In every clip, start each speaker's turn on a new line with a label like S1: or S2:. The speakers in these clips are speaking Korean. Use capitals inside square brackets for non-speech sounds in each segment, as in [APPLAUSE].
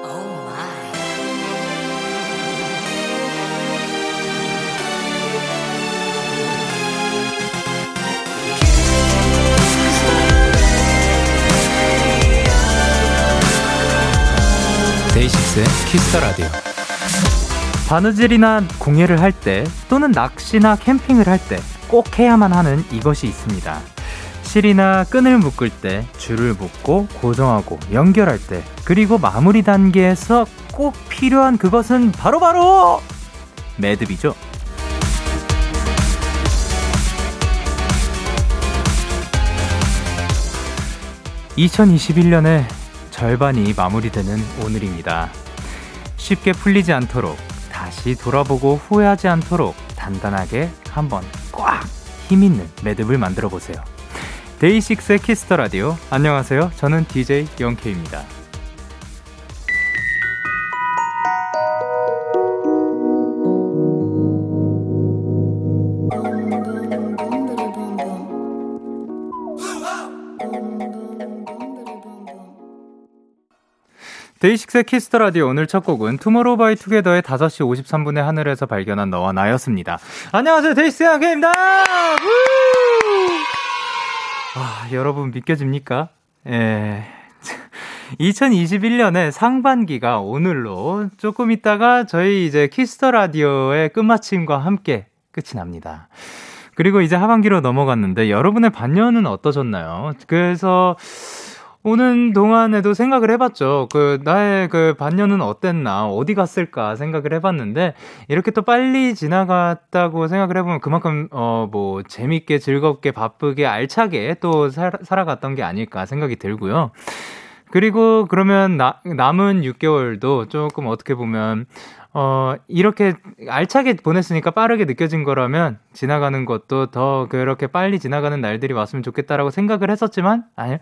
S1: Oh
S2: 데이식스의 키스터 라디오.
S3: 바느질이나 공예를 할 때 또는 낚시나 캠핑을 할 때 꼭 해야만 하는 이것이 있습니다. 실이나 끈을 묶을 때 줄을 묶고 고정하고 연결할 때 그리고 마무리 단계에서 꼭 필요한 그것은 바로바로 매듭이죠. (2021년에) 절반이 마무리되는 오늘입니다. 쉽게 풀리지 않도록 다시 돌아보고 후회하지 않도록 단단하게 한번 꽉 힘 있는 매듭을 만들어 보세요. 데이식스의 키스터 라디오 안녕하세요. 저는 DJ 영케입니다.
S4: 1번
S3: 데이식스의 키스터 라디오 오늘 첫 곡은 투모로우바이투게더의 5시 53분의 하늘에서 발견한 너와 나였습니다. 안녕하세요. 데이식스의 영케입니다. 우! 아, 여러분 믿겨집니까? 예. 2021년의 상반기가 오늘로 조금 있다가 저희 이제 키스터 라디오의 끝마침과 함께 끝이 납니다. 그리고 이제 하반기로 넘어갔는데 여러분의 반년은 어떠셨나요? 그래서 오는 동안에도 생각을 해봤죠. 그 나의 그 반년은 어땠나, 어디 갔을까 생각을 해봤는데 이렇게 또 빨리 지나갔다고 생각을 해보면 그만큼 어 뭐 재밌게 즐겁게 바쁘게 알차게 또 살, 살아갔던 게 아닐까 생각이 들고요. 그리고 그러면 나- 남은 6개월도 조금 어떻게 보면 어 이렇게 알차게 보냈으니까 빠르게 느껴진 거라면 지나가는 것도 더 그렇게 빨리 지나가는 날들이 왔으면 좋겠다라고 생각을 했었지만 아니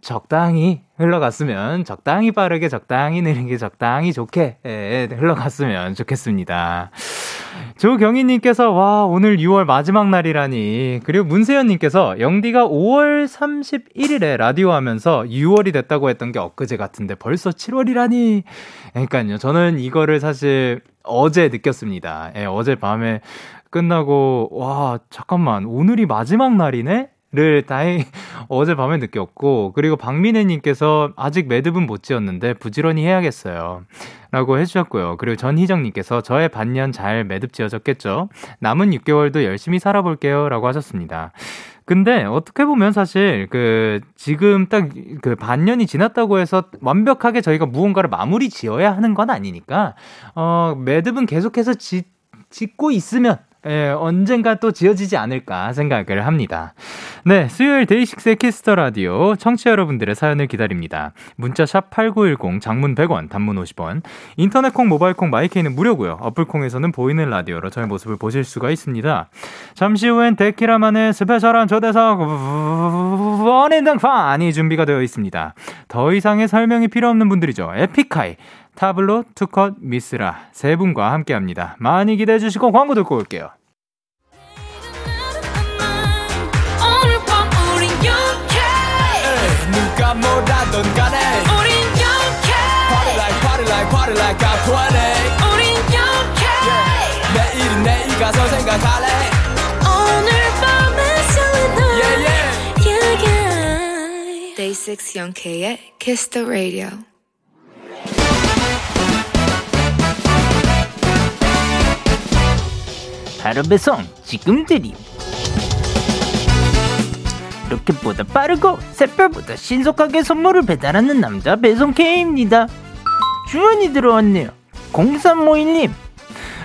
S3: 적당히 흘러갔으면 적당히 빠르게 적당히 느리게 적당히 좋게 예, 예, 흘러갔으면 좋겠습니다. 조경희님께서 와 오늘 6월 마지막 날이라니 그리고 문세현님께서 영디가 5월 31일에 라디오 하면서 6월이 됐다고 했던 게 엊그제 같은데 벌써 7월이라니 그러니까요 저는 이거를 사실 어제 느꼈습니다 예, 어제 밤에 끝나고 와 잠깐만 오늘이 마지막 날이네 를 다행 [LAUGHS] 어제 밤에 느꼈고 그리고 박민혜님께서 아직 매듭은 못 지었는데 부지런히 해야겠어요. 라고 해주셨고요. 그리고 전희정님께서 저의 반년 잘 매듭 지어졌겠죠. 남은 6개월도 열심히 살아볼게요. 라고 하셨습니다. 근데 어떻게 보면 사실 그 지금 딱 그 반년이 지났다고 해서 완벽하게 저희가 무언가를 마무리 지어야 하는 건 아니니까 어 매듭은 계속해서 짓 짓고 있으면 예, 언젠가 또 지어지지 않을까 생각을 합니다. 네, 수요일 데이식스의 키스터 라디오 청취자 여러분들의 사연을 기다립니다. 문자 샵 8910 장문 100원, 단문 50원. 인터넷 콩, 모바일 콩, 마이케이는 무료고요. 어플 콩에서는 보이는 라디오로 저의 모습을 보실 수가 있습니다. 잠시 후엔 데키라만의 스페셜한 초대석 원인 등판이 준비가 되어 있습니다. 더 이상의 설명이 필요 없는 분들이죠. 에픽하이, 타블로, 투컷, 미스라 세 분과 함께합니다. 많이 기대해 주시고 광고 듣고 올게요.
S4: 오늘 밤 우린 영케
S1: 누가 뭐라던 간에
S4: 우린 영케
S1: Party like party like party like I'm 20
S4: 우린 영케
S1: 내일은 내일 가서 생각할래
S4: 오늘 밤에 설레는
S1: Yeah yeah
S4: yeah
S5: Day 6 영케이의 Kiss the Radio.
S3: 바로 배송 지금 드림 로켓보다 빠르고 새별보다 신속하게 선물을 배달하는 남자 배송 K입니다 주연이 들어왔네요 0351님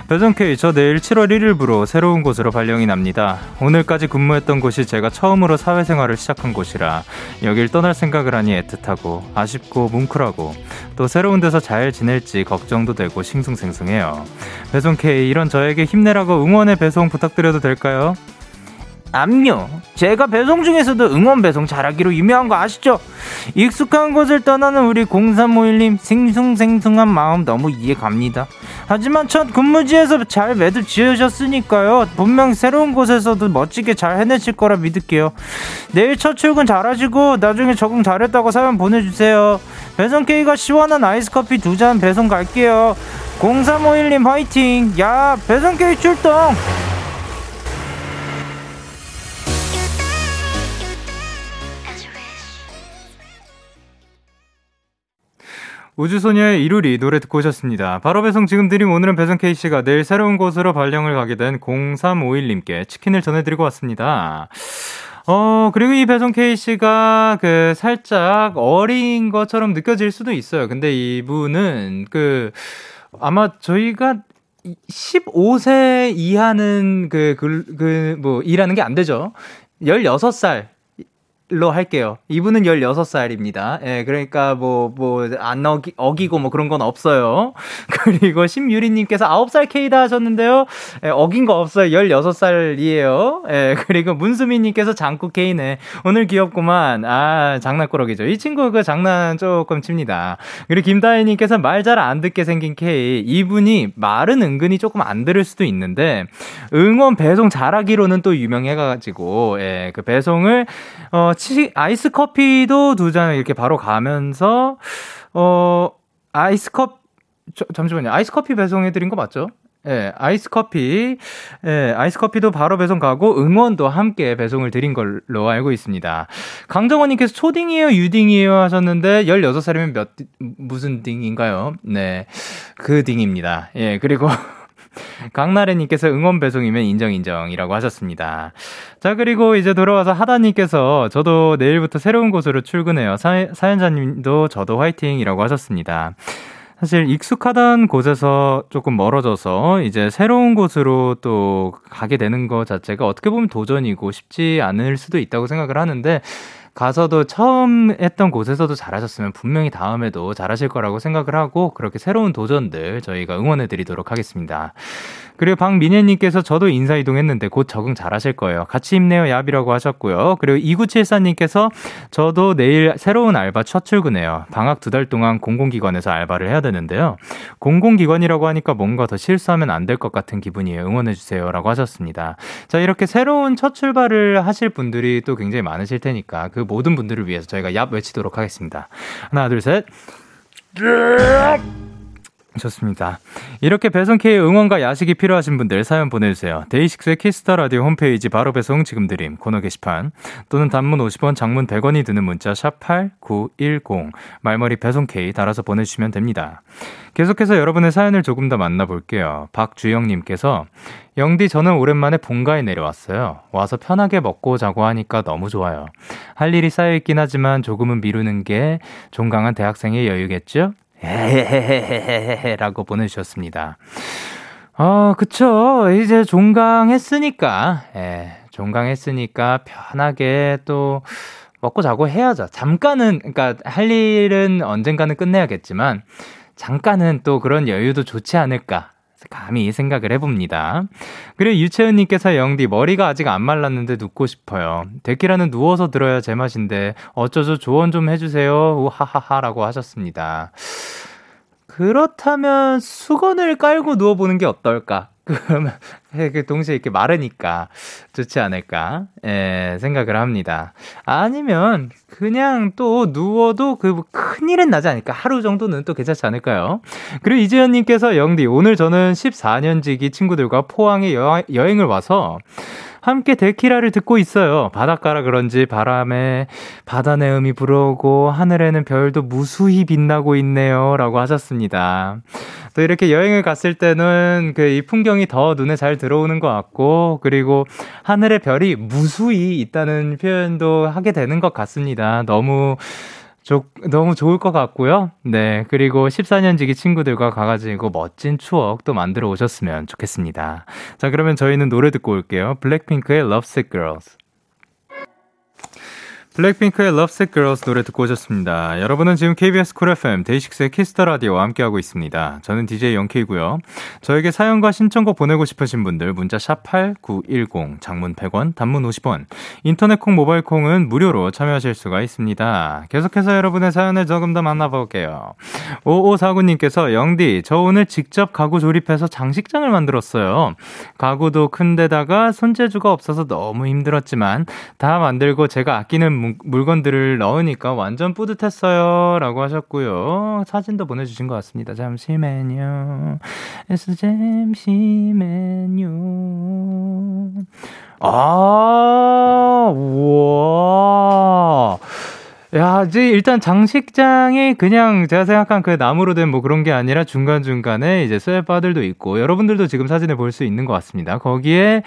S3: 배송 K 저 내일 7월 1일부로 새로운 곳으로 발령이 납니다 오늘까지 근무했던 곳이 제가 처음으로 사회생활을 시작한 곳이라 여길 떠날 생각을 하니 애틋하고 아쉽고 뭉클하고 또 새로운 데서 잘 지낼지 걱정도 되고 싱숭생숭해요 배송 K 이런 저에게 힘내라고 응원의 배송 부탁드려도 될까요?
S6: 암요. 제가 배송 중에서도 응원 배송 잘하기로 유명한 거 아시죠? 익숙한 곳을 떠나는 우리 0351님 생숭생숭한 마음 너무 이해 갑니다. 하지만 첫 근무지에서 잘 매듭 지으셨으니까요. 분명 새로운 곳에서도 멋지게 잘 해내실 거라 믿을게요. 내일 첫 출근 잘하시고 나중에 적응 잘했다고 사연 보내주세요. 배송 K가 시원한 아이스 커피 두 잔 배송 갈게요. 0351님 화이팅! 야 배송 K 출동!
S3: 우주소녀의 이루리 노래 듣고 오셨습니다. 바로 배송 지금 드림 오늘은 배송 K씨가 내일 새로운 곳으로 발령을 가게 된 0351님께 치킨을 전해드리고 왔습니다. 어, 그리고 이 배송 K씨가 그 살짝 어린 것처럼 느껴질 수도 있어요. 근데 이분은 그 아마 저희가 15세 이하는 그, 그, 그, 뭐, 일하는 게 안 되죠. 16살 로 할게요. 이분은 16살입니다. 예, 그러니까 뭐, 뭐, 안 어기, 어기고 뭐 그런 건 없어요. [LAUGHS] 그리고 심유리님께서 9살 K다 하셨는데요. 예, 어긴 거 없어요. 16살이에요. 예, 그리고 문수민님께서 장구 K네. 오늘 귀엽구만. 아, 장난꾸러기죠. 이 친구 그 장난 조금 칩니다. 그리고 김다혜님께서 말 잘 안 듣게 생긴 K. 이분이 말은 은근히 조금 안 들을 수도 있는데, 응원 배송 잘하기로는 또 유명해가지고, 예, 그 배송을 어, 치, 아이스 커피도 두 잔 이렇게 바로 가면서, 어, 아이스 컵, 저- 잠시만요. 아이스 커피 배송해드린 거 맞죠? 예, 아이스 커피, 예, 아이스 커피도 바로 배송 가고 응원도 함께 배송을 드린 걸로 알고 있습니다. 강정원님께서 초딩이에요, 유딩이에요 하셨는데 16살이면 몇, 디- 무슨 딩인가요? 네, 그 딩입니다. 예, 그리고 [LAUGHS] 강나래님께서 응원 배송이면 인정 인정이라고 하셨습니다. 자 그리고 이제 돌아와서 하다님께서 저도 내일부터 새로운 곳으로 출근해요. 사, 사연자님도 저도 화이팅이라고 하셨습니다. 사실 익숙하던 곳에서 조금 멀어져서 이제 새로운 곳으로 또 가게 되는 것 자체가 어떻게 보면 도전이고 쉽지 않을 수도 있다고 생각을 하는데 가서도 처음 했던 곳에서도 잘하셨으면 분명히 다음에도 잘하실 거라고 생각을 하고 그렇게 새로운 도전들 저희가 응원해 드리도록 하겠습니다. 그리고 박민혜님께서 저도 인사 이동했는데 곧 적응 잘하실 거예요. 같이 힘내요 야비라고 하셨고요. 그리고 2974님께서 저도 내일 새로운 알바 첫 출근해요. 방학 두 달 동안 공공기관에서 알바를 해야 되는데요. 공공기관이라고 하니까 뭔가 더 실수하면 안 될 것 같은 기분이에요. 응원해 주세요라고 하셨습니다. 자 이렇게 새로운 첫 출발을 하실 분들이 또 굉장히 많으실 테니까 그 모든 분들을 위해서 저희가 얍 외치도록 하겠습니다. 하나 둘 셋. 좋습니다. 이렇게 배송 K의 응원과 야식이 필요하신 분들 사연 보내주세요. 데이식스의 키스터 라디오 홈페이지 바로 배송 지금 드림 코너 게시판 또는 단문 50원, 장문 100원이 드는 문자 샵 #8910 말머리 배송 K 달아서 보내주시면 됩니다. 계속해서 여러분의 사연을 조금 더 만나볼게요. 박주영님께서 영디 저는 오랜만에 본가에 내려왔어요. 와서 편하게 먹고 자고 하니까 너무 좋아요. 할 일이 쌓여 있긴 하지만 조금은 미루는 게 종강한 대학생의 여유겠죠? 에헤헤헤헤헤라고 보내주셨습니다. 아, 그쵸. 이제 종강했으니까, 예, 종강했으니까 편하게 또 먹고 자고 해야죠. 잠깐은, 그러니까 할 일은 언젠가는 끝내야겠지만, 잠깐은 또 그런 여유도 좋지 않을까. 감히 생각을 해봅니다. 그리고 유채은님께서 영디 머리가 아직 안 말랐는데 눕고 싶어요. 데키라는 누워서 들어야 제맛인데 어쩌죠 조언 좀 해주세요. 우하하하라고 하셨습니다. 그렇다면 수건을 깔고 누워보는 게 어떨까? [LAUGHS] 그러면 그 동시에 이렇게 마르니까 좋지 않을까 예, 생각을 합니다. 아니면 그냥 또 누워도 그뭐 큰일은 나지 않을까 하루 정도는 또 괜찮지 않을까요? 그리고 이재현님께서 영디 오늘 저는 14년지기 친구들과 포항에 여- 여행을 와서 함께 데키라를 듣고 있어요. 바닷가라 그런지 바람에 바다 내음이 불어오고 하늘에는 별도 무수히 빛나고 있네요. 라고 하셨습니다. 또 이렇게 여행을 갔을 때는 그 이 풍경이 더 눈에 잘 들어오는 것 같고 그리고 하늘에 별이 무수히 있다는 표현도 하게 되는 것 같습니다. 너무 조, 너무 좋을 것 같고요. 네. 그리고 14년지기 친구들과 가가지고 멋진 추억 또 만들어 오셨으면 좋겠습니다. 자, 그러면 저희는 노래 듣고 올게요. 블랙핑크의 Lovesick Girls. 블랙핑크의 Love Sick Girls 노래 듣고 오셨습니다. 여러분은 지금 KBS 쿨 FM 데이식스의 키스터 라디오와 함께하고 있습니다. 저는 DJ 영케이고요. 저에게 사연과 신청곡 보내고 싶으신 분들 문자 샵 #8910 장문 100원, 단문 50원, 인터넷 콩, 모바일 콩은 무료로 참여하실 수가 있습니다. 계속해서 여러분의 사연을 조금 더 만나볼게요. 5549님께서 영디, 저 오늘 직접 가구 조립해서 장식장을 만들었어요. 가구도 큰데다가 손재주가 없어서 너무 힘들었지만 다 만들고 제가 아끼는 문- 물건들을 넣으니까 완전 뿌듯했어요. 라고 하셨고요. 사진도 보내주신 것 같습니다. 잠시만요. 에스 잠시만요. 아, 우와. 야, 이제 일단 장식장이 그냥 제가 생각한 그 나무로 된 뭐 그런 게 아니라 중간중간에 이제 쇠바들도 있고 여러분들도 지금 사진을 볼 수 있는 것 같습니다. 거기에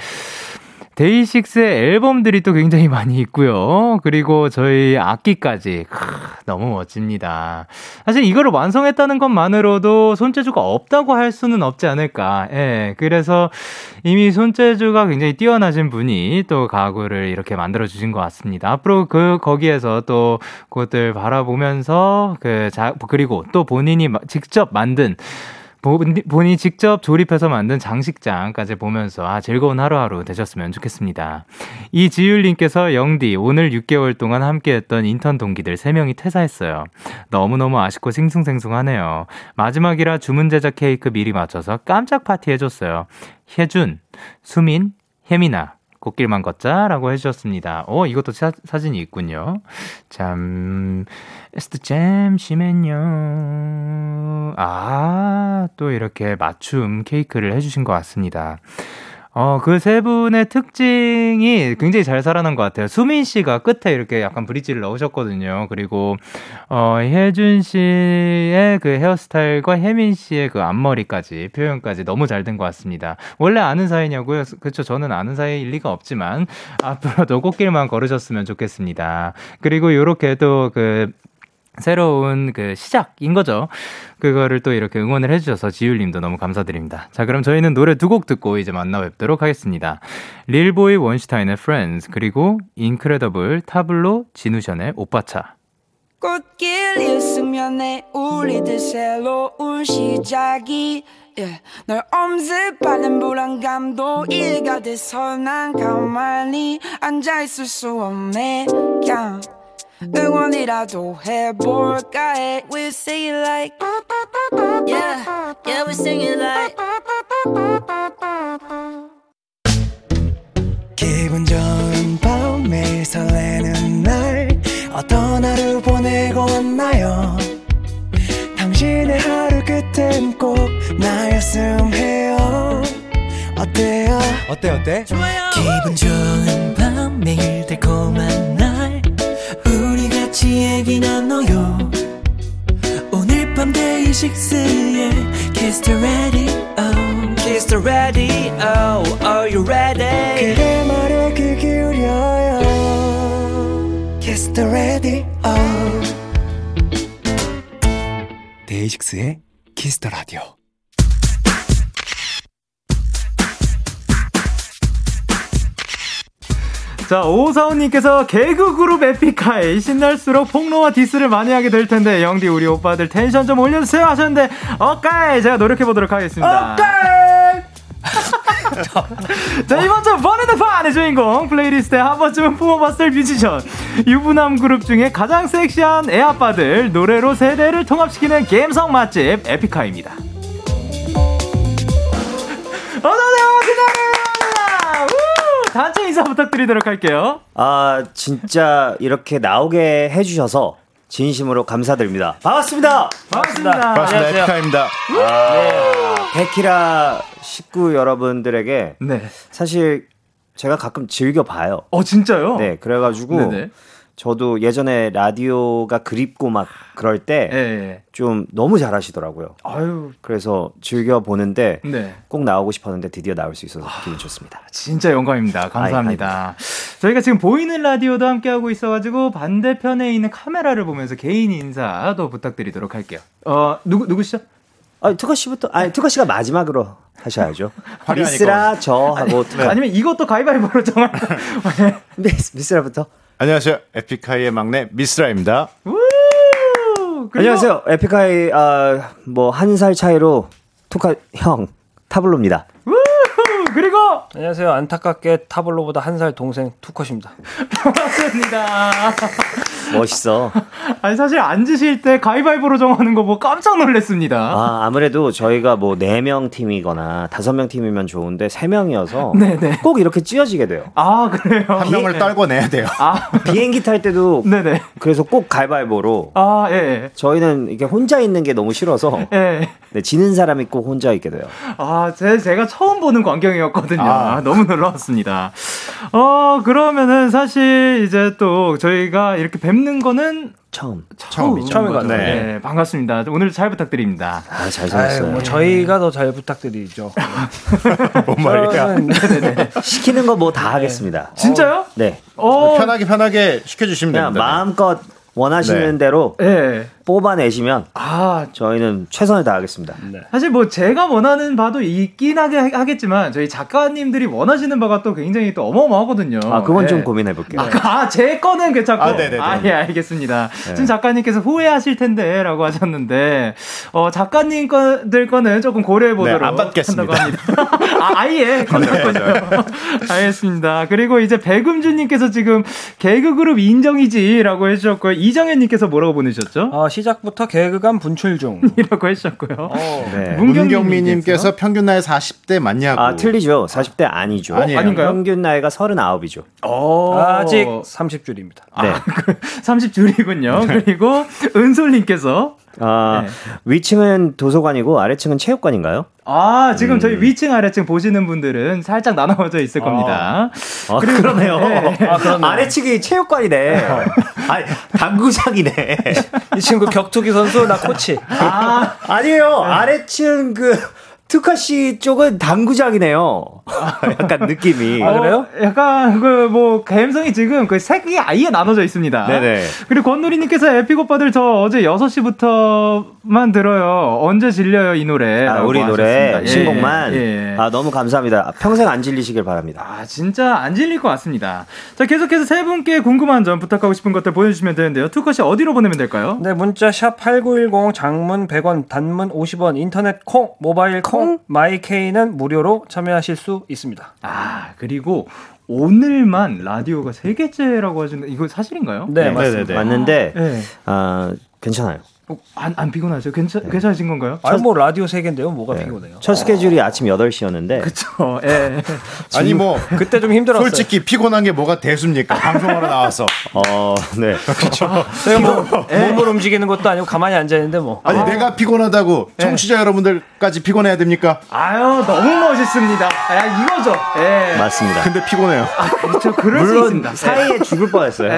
S3: 데이식스의 앨범들이 또 굉장히 많이 있고요. 그리고 저희 악기까지. 크, 너무 멋집니다. 사실 이거를 완성했다는 것만으로도 손재주가 없다고 할 수는 없지 않을까. 예. 그래서 이미 손재주가 굉장히 뛰어나신 분이 또 가구를 이렇게 만들어 주신 것 같습니다. 앞으로 그 거기에서 또 그것들 바라보면서 그 자, 그리고 또 본인이 마- 직접 만든 본- 본인이 직접 조립해서 만든 장식장까지 보면서 아, 즐거운 하루하루 되셨으면 좋겠습니다. 이지율님께서 영디, 오늘 6개월 동안 함께했던 인턴 동기들 3명이 퇴사했어요. 너무너무 아쉽고 싱숭생숭하네요. 마지막이라 주문 제작 케이크 미리 맞춰서 깜짝 파티 해줬어요. 혜준, 수민, 혜민아. 꽃길만 걷자라고 해주셨습니다. 오, 이것도 사, 사진이 있군요. 잠, 에스트 잠시만요. 아, 또 이렇게 맞춤 케이크를 해주신 것 같습니다. 어, 그 세 분의 특징이 굉장히 잘 살아난 것 같아요. 수민 씨가 끝에 이렇게 약간 브릿지를 넣으셨거든요. 그리고, 어, 혜준 씨의 그 헤어스타일과 혜민 씨의 그 앞머리까지, 표현까지 너무 잘 된 것 같습니다. 원래 아는 사이냐고요? 그쵸, 저는 아는 사이일 리가 없지만, 앞으로도 꽃길만 걸으셨으면 좋겠습니다. 그리고 요렇게 또 그, 새로운 그 시작인 거죠. 그거를 또 이렇게 응원을 해주셔서 지율님도 너무 감사드립니다. 자, 그럼 저희는 노래 두 곡 듣고 이제 만나 뵙도록 하겠습니다. 릴보이 원슈타인의 Friends 그리고 인크레더블 타블로 진우션의 오빠차.
S7: 꽃길 있으면에 우리들 새로운 시작이 yeah. 널 엄습하는 불안감도 이해가 돼서 난 가만히 앉아있을 수 없네 그냥 응원이라도 해볼까 해
S4: We sing it like Yeah, yeah, we sing it like
S7: [LAUGHS]
S1: 기분 좋은 밤 매일 설레는 날 어떤 하루 보내고 왔나요 당신의 하루 끝엔 꼭 나였음 해요 어때요 어때 어때 좋아요 기분 좋은 밤 매일 달콤한 날 우리 같이 얘기 나눠요 오늘 밤 데이식스의 Kiss the Radio Kiss the Radio Are you ready 그대 말에 귀 기울여요 Kiss the Radio 데이식스의 Kiss the Radio
S3: 자, 오사원님께서 개그 그룹 에픽하이 신날수록 폭로와 디스를 많이 하게 될 텐데 영디 우리 오빠들 텐션 좀 올려주세요 하셨는데 어까이 제가 노력해 보도록 하겠습니다. [LAUGHS] 자 이번 주 버는드 판의 주인공 플레이리스트에 한 번쯤은 품어봤을 뮤지션 유부남 그룹 중에 가장 섹시한 애아빠들 노래로 세대를 통합시키는 갬성 맛집 에픽하입니다 어서오세요 우! 단체 인사 부탁드리도록 할게요
S8: 아 진짜 이렇게 나오게 해주셔서 진심으로 감사드립니다. 반갑습니다.
S3: 반갑습니다
S9: 반갑습니다. 에픽하입니다.
S8: 데키라 식구 여러분들에게
S3: 네어
S8: 사실 제가 가끔 즐겨 봐요.
S3: 어, 진짜요?
S8: 네, 그래가지고
S3: 네네.
S8: 저도 예전에 라디오가 그립고 막 그럴 때
S3: 예,
S8: 좀
S3: 예.
S8: 너무 잘하시더라고요.
S3: 아유
S8: 그래서 즐겨 보는데
S3: 네
S8: 꼭 나오고 싶었는데 드디어 나올 수 있어서 기분 좋습니다.
S3: 진짜 영광입니다. 감사합니다. 저희가 지금 보이는 라디오도 함께하고 있어가지고 반대편에 있는 카메라를 보면서 개인 인사도 부탁드리도록 할게요. 어 누구 누구시죠?
S8: 아니 투커 씨부터 아니 투커 씨가 마지막으로
S3: [LAUGHS]
S8: 하셔야죠.
S9: 화려하니까.
S8: 미스라 저 하고 투커 [LAUGHS]
S3: 아니면 이것도 가위바위보로 정할 네.
S8: 미스, 미스라부터.
S9: 아, 안녕하세요. 에픽하이의 막내 미스라입니다.
S8: 안녕하세요. 에픽하이 아, 뭐 한 살 차이로 툭한 형 타블로입니다.
S3: 그리고
S10: 안녕하세요. 안타깝게 타블로보다 한 살 동생 투컷입니다.
S3: 반갑습니다.
S8: 멋있어.
S3: 아니 사실 앉으실 때 가위바위보로 정하는 거 뭐 깜짝 놀랐습니다.
S8: 아, 아무래도 저희가 뭐 4명 팀이거나 5명 팀이면 좋은데 3명이어서
S3: [LAUGHS] 네네.
S8: 꼭 이렇게 찢어지게 돼요.
S3: 아 그래요.
S9: 한 명을 떨고 내야 돼요.
S3: 아
S8: 비행기 탈 때도
S3: [LAUGHS] 네네.
S8: 그래서 꼭 가위바위보로
S3: 아 예.
S8: 저희는 이렇게 혼자 있는 게 너무
S3: [LAUGHS]
S8: 싫어서
S3: 예. 예.
S8: 네, 지는 사람이 꼭 혼자 있게 돼요.
S3: 아, 제, 제가 처음 보는 광경이었거든요.
S9: 아.
S3: 아, 너무 놀라웠습니다. 어, 그러면은 사실 이제 또 저희가 이렇게 뵙는 거는
S8: 처음.
S3: 처음,
S9: 처음인 것 같아요.
S3: 네.
S9: 네.
S3: 반갑습니다. 오늘 잘 부탁드립니다.
S8: 아, 잘
S10: 아유,
S8: 지냈어요.
S10: 뭐 저희가 더 잘 부탁드리죠.
S9: [LAUGHS] 뭔 말이야.
S10: 저는
S8: 시키는 거 뭐 다 하겠습니다.
S3: 네. 진짜요?
S8: 네.
S3: 어,
S9: 뭐 편하게 편하게 시켜주시면
S8: 그냥
S9: 됩니다.
S8: 마음껏 원하시는
S9: 네.
S8: 대로
S3: 예.
S8: 뽑아내시면
S3: 아,
S8: 저희는 최선을 다하겠습니다.
S3: 사실 뭐 제가 원하는 바도 있긴 하게, 하겠지만 저희 작가님들이 원하시는 바가 또 굉장히 또 어마어마하거든요.
S8: 아, 그건
S3: 예.
S8: 좀 고민해 볼게요.
S3: 아, 그- 아, 제 거는 괜찮고.
S9: 네. 아,
S3: 아,
S9: 네네네.
S3: 예, 알겠습니다.
S8: 네.
S3: 지금 작가님께서 후회하실 텐데, 라고 하셨는데, 어, 작가님 거들 거는 조금 고려해 보도록
S9: 네, 안 받겠습니다. 네,
S3: 한다고 합니다. 아, 아예. 그렇군요. 알겠습니다. 그리고 이제 백음주님께서 지금 개그그룹 인정이지, 라고 해주셨고요. 이정현님께서 뭐라고 보내셨죠?
S10: 어, 시작부터 개그감 분출 중.
S3: 이라고 해주셨고요.
S9: 어,
S3: 뭐,
S8: 네.
S3: [LAUGHS]
S9: 문경민님께서 평균 나이 40대 맞냐고.
S8: 아, 틀리죠. 40대 아니죠. 네.
S9: 어, 아니에요.
S3: 아닌가요?
S8: 평균 나이가 39이죠.
S3: 어,
S10: 아직 30줄입니다.
S8: 네.
S3: 30줄이군요.
S9: 네.
S3: 그리고 은솔님께서
S8: 아,
S3: 네.
S8: 위층은 도서관이고 아래층은 체육관인가요?
S3: 아, 지금
S8: 음.
S3: 저희 위층 아래층 보시는 분들은 살짝 나눠져 있을 겁니다.
S8: 아, [LAUGHS] 그러네요.
S3: 네.
S8: 아, 래층이 체육관이네. [LAUGHS] 아니, 당구장이네.
S10: 이 친구 격투기 선수, 나 코치.
S3: 아,
S8: 아니에요. 아래층 그 투카 씨 쪽은 당구장이네요. 약간 느낌이.
S10: 아, 그래요?
S3: 어, 약간 그 뭐 감성이 지금 그 색이 아예 나눠져 있습니다.
S8: 네네.
S3: 그리고 권누리님께서 에픽 오빠들 저 어제 6시부터만 들어요. 언제 질려요 이 노래?
S8: 아,
S3: 네. 라고
S8: 우리 노래
S3: 하셨습니다. 예,
S8: 신곡만
S3: 예, 예.
S8: 아 너무 감사합니다. 평생 안 질리시길 바랍니다.
S3: 아, 진짜 안 질릴 것 같습니다. 자, 계속해서 세 분께 궁금한 점, 부탁하고 싶은 것들 보내주시면 되는데요. 투컷이 어디로 보내면 될까요?
S10: 네, 문자 샵8910 장문 100원, 단문 50원, 인터넷 콩, 모바일 콩, 마이케이는 무료로 참여하실 수 있습니다.
S3: 아, 그리고 오늘만 라디오가 세 개째라고 하시는데 이거 사실인가요?
S10: 네,
S8: 네.
S10: 맞습니다.
S8: 맞는데
S3: 네.
S8: 아 괜찮아요.
S3: 어, 안, 안 피곤하죠? 괜찮, 괜찮으신 건가요?
S10: 아니, 뭐 라디오 세개인데요 뭐가
S3: 네.
S10: 피곤해요.
S8: 첫 스케줄이 아침 8시였는데
S3: 그쵸, 예.
S9: 아니 뭐
S10: 그때 좀 힘들었어요.
S9: 솔직히 피곤한 게 뭐가 대수입니까? 방송하러 나와서.
S8: 어, 네.
S10: 저희 뭐
S9: [LAUGHS]
S10: 몸을 움직이는 것도 아니고 가만히 앉아 있는데 뭐.
S9: 아니 내가 피곤하다고 청취자 여러분들까지 피곤해야 됩니까?
S3: 아유, 너무 멋있습니다. 야, 이거죠. 예.
S8: 맞습니다.
S9: 근데 피곤해요.
S3: 아, 그쵸, [LAUGHS] 그럴 수
S8: 물론 네.
S3: 있습니다. 예.
S8: 사이에 죽을 뻔했어요.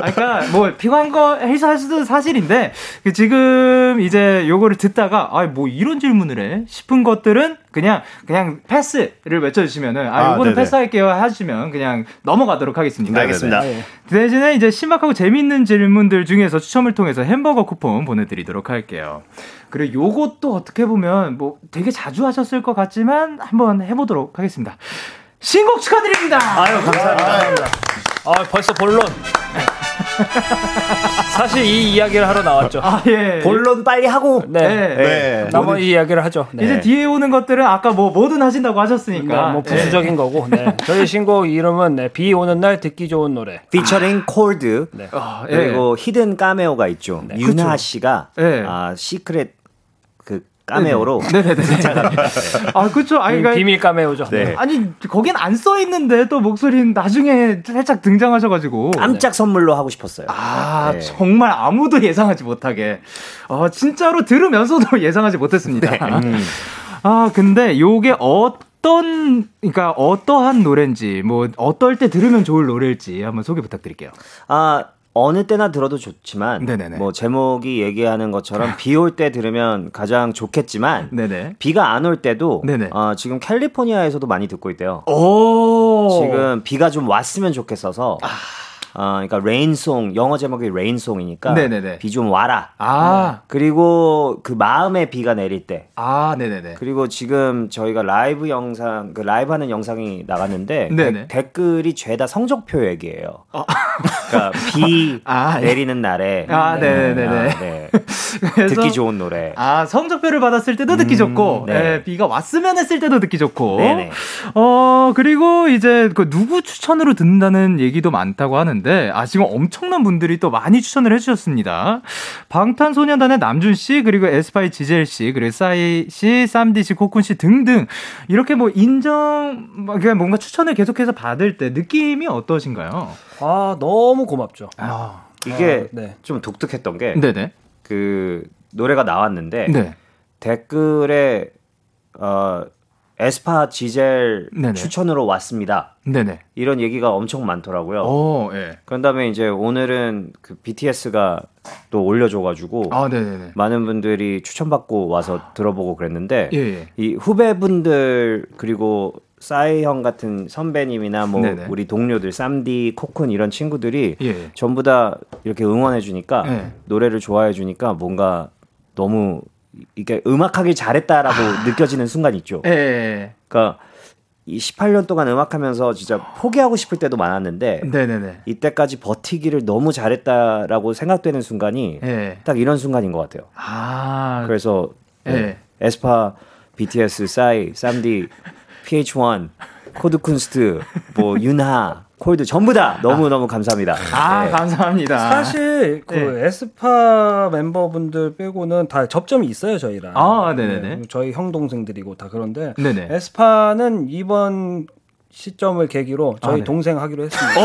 S3: 아, 그러니까 뭐 피곤한 거 해소할 수도 사실인데 그 지금 이제 요거를 듣다가 아 뭐 이런 질문을 해 싶은 것들은 그냥 그냥 패스를 외쳐주시면은 아
S9: 아,
S3: 요거는
S9: 네네.
S3: 패스할게요 하시면 그냥 넘어가도록
S9: 네,
S3: 하겠습니다.
S8: 알겠습니다.
S9: 예.
S3: 그 대신에 이제 신박하고 재밌는 질문들 중에서 추첨을 통해서 햄버거 쿠폰 보내드리도록 할게요. 그리고 요것도 어떻게 보면 뭐 되게 자주 하셨을 것 같지만 한번 해보도록 하겠습니다. 신곡 축하드립니다.
S8: 아유, 감사합니다.
S10: 아, 벌써
S3: [LAUGHS]
S10: 본론. 사실 이 이야기를 하러 나왔죠.
S3: 아, 예.
S8: 본론 빨리 하고
S10: 네.
S3: 예.
S9: 네.
S10: 나머지 이야기를 하죠. 네.
S3: 이제 뒤에 오는 것들은 아까 뭐 뭐든 하신다고 하셨으니까.
S10: 그러니까 뭐
S3: 예.
S10: 부수적인 거고. 네. 저희 신곡 이름은 네, 비 오는 날 듣기 좋은 노래.
S8: 피처링 콜드
S3: 아, 예.
S8: 그리고 히든 까메오가 있죠. 윤하 씨가
S3: 네.
S8: 아 시크릿 그 까메오로
S3: 네네네. 아 그렇죠. 아니 그러니까
S10: 음, 비밀 까메오죠.
S8: 네.
S3: 아니 거긴 안 써 있는데 또 목소리는 나중에 살짝 등장하셔가지고.
S8: 깜짝 선물로 하고 싶었어요.
S3: 아
S8: 네.
S3: 정말 아무도 예상하지 못하게. 어 진짜로 들으면서도 [LAUGHS] 예상하지 못했습니다.
S8: 네. 음.
S3: 아 근데 요게 어떤 그러니까 어떠한 노래인지 뭐 어떨 때 들으면 좋을 노래일지 한번 소개 부탁드릴게요.
S8: 아 어느 때나 들어도 좋지만
S3: 네네네.
S8: 뭐 제목이 얘기하는 것처럼 비 올 때 들으면 가장 좋겠지만
S3: 네네.
S8: 비가 안 올 때도
S3: 네네.
S8: 어, 지금
S3: 어.
S8: 캘리포니아에서도 많이 듣고 있대요.
S3: 오 아.
S8: 지금 비가 좀 왔으면 좋겠어서 어, 그러니까 레인송 영어 제목이 레인송이니까
S3: 네네네.
S8: 비 좀 와라.
S3: 아.
S8: 네. 그리고 그 마음의 비가 내릴 때.
S3: 아, 네네네.
S8: 그리고 지금 저희가 라이브 영상 그 라이브 하는 영상이 나갔는데
S3: 네네. 어.
S8: 데- 댓글이 죄다 성적표 얘기예요. 그러니까 비
S3: [LAUGHS] 아, 예.
S8: 내리는 날에
S3: 아, 네네네네.
S8: 아, 네.
S3: 그래서-
S8: 듣기 좋은 노래.
S3: 아, 성적표를 받았을 때도 듣기 좋고,
S8: 네.
S3: 예, 비가 왔으면 했을 때도 듣기 좋고,
S8: 네네.
S3: 어, 그리고 이제 그 누구 추천으로 듣는다는 얘기도 많다고 하는데, 아, 지금 엄청난 분들이 또 많이 추천을 해주셨습니다. 방탄소년단의 남준씨, 그리고 에스파이 지젤씨, 그리고 싸이씨, 쌈디씨, 코쿤씨 등등, 이렇게 뭐 인정, 막 그냥 뭔가 추천을 계속해서 받을 때 느낌이 어떠신가요?
S10: 아 너무 고맙죠.
S3: 아,
S8: 이게
S10: 아, 네.
S8: 좀 독특했던 게
S3: 네네.
S8: 그 노래가 나왔는데
S3: 네.
S8: 댓글에 어 에스파 지젤
S3: 네네.
S8: 추천으로 왔습니다.
S3: 네네.
S8: 이런 얘기가 엄청 많더라고요.
S3: 어, 예.
S8: 그런 다음에 이제 오늘은 그 BTS가 또 올려줘가지고
S3: 아, 네네네.
S8: 많은 분들이 추천받고 와서 들어보고 그랬는데
S3: 아. 예, 예.
S8: 이 후배분들 그리고 싸이 형 같은 선배님이나 뭐
S3: 네네.
S8: 우리 동료들 쌈디 코쿤 이런 친구들이
S3: 예.
S8: 전부 다 이렇게 응원해주니까
S3: 예.
S8: 노래를 좋아해주니까 뭔가 너무 이게 음악하기 잘했다라고 느껴지는 순간 있죠.
S3: 아. 예, 예.
S8: 그러니까 이 18년 동안 음악하면서 진짜 포기하고 싶을 때도 많았는데
S3: 예. 네네네.
S8: 이때까지 버티기를 너무 잘했다라고 생각되는 순간이
S3: 예.
S8: 딱 이런 순간인 것 같아요.
S3: 아,
S8: 그래서
S3: 예.
S8: 네, 에스파, BTS, 싸이, 쌈디, PH1, 코드쿤스트, 뭐 윤하, 콜드 전부 다 너무 너무 감사합니다.
S3: 아,
S8: 네.
S3: 감사합니다.
S10: 사실 그
S3: 네.
S10: 에스파 멤버분들 빼고는 다 접점이 있어요 저희랑.
S3: 아, 네네네.
S10: 네, 저희 형 동생들이고 다 그런데
S3: 네네.
S10: 에스파는 이번 시점을 계기로 저희
S3: 네.
S10: 동생 하기로 했습니다.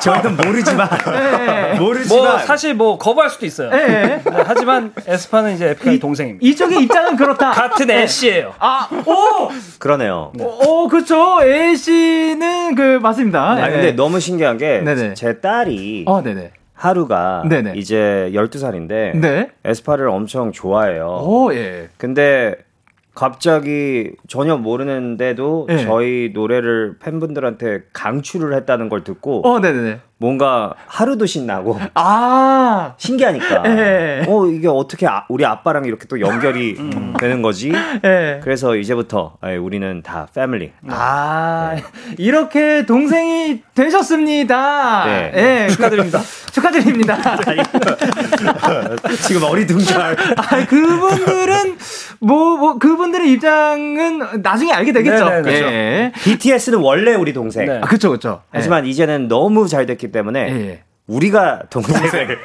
S8: 저희는 모르지만
S3: 아,
S8: 모르지만
S10: 뭐 사실 뭐 거부할 수도 있어요.
S3: 예.
S10: 네, 하지만 에스파는 이제 에픽의 동생입니다.
S3: 이쪽의 입장은 그렇다.
S10: 같은 애씨예요.
S3: 아, 오!
S8: 그러네요.
S3: 오, 그쵸. A 씨는 그, 맞습니다.
S8: 아
S3: 예.
S8: 근데 너무 신기한 게
S3: 네네.
S8: 제 딸이
S3: 어, 네네.
S8: 하루가
S3: 네네.
S8: 이제 12살인데
S3: 네.
S8: 에스파를 엄청 좋아해요.
S3: 오, 예.
S8: 근데 갑자기 전혀 모르는데도
S3: 예.
S8: 저희 노래를 팬분들한테 강추를 했다는 걸 듣고
S3: 어, 네네네.
S8: 뭔가
S3: [LAUGHS]
S8: 하루도 신나고
S3: 아,
S8: 신기하니까
S3: [LAUGHS] 예.
S8: 어 이게 어떻게 아- 우리 아빠랑 이렇게 또
S3: [LAUGHS]
S8: 연결이 되는 거지
S3: 음. 예.
S8: 그래서 이제부터 아예 우리는 다 패밀리
S3: 아, 이렇게 동생이 되셨습니다.
S8: 네.
S3: 예. 축하드립니다. 축하드립니다.
S8: [LAUGHS] 지금 어리둥절
S3: [LAUGHS] 아, 그분들은 뭐, 뭐 그분들의 입장은 나중에 알게 되겠죠.
S10: 네네, 그렇죠.
S3: 예.
S8: BTS는 원래 우리 동생
S10: 네.
S3: 아, 그쵸, 그쵸.
S8: 하지만 이제는 너무 잘 됐기 때문에
S3: 예. 네. 예.
S8: 우리가 동생을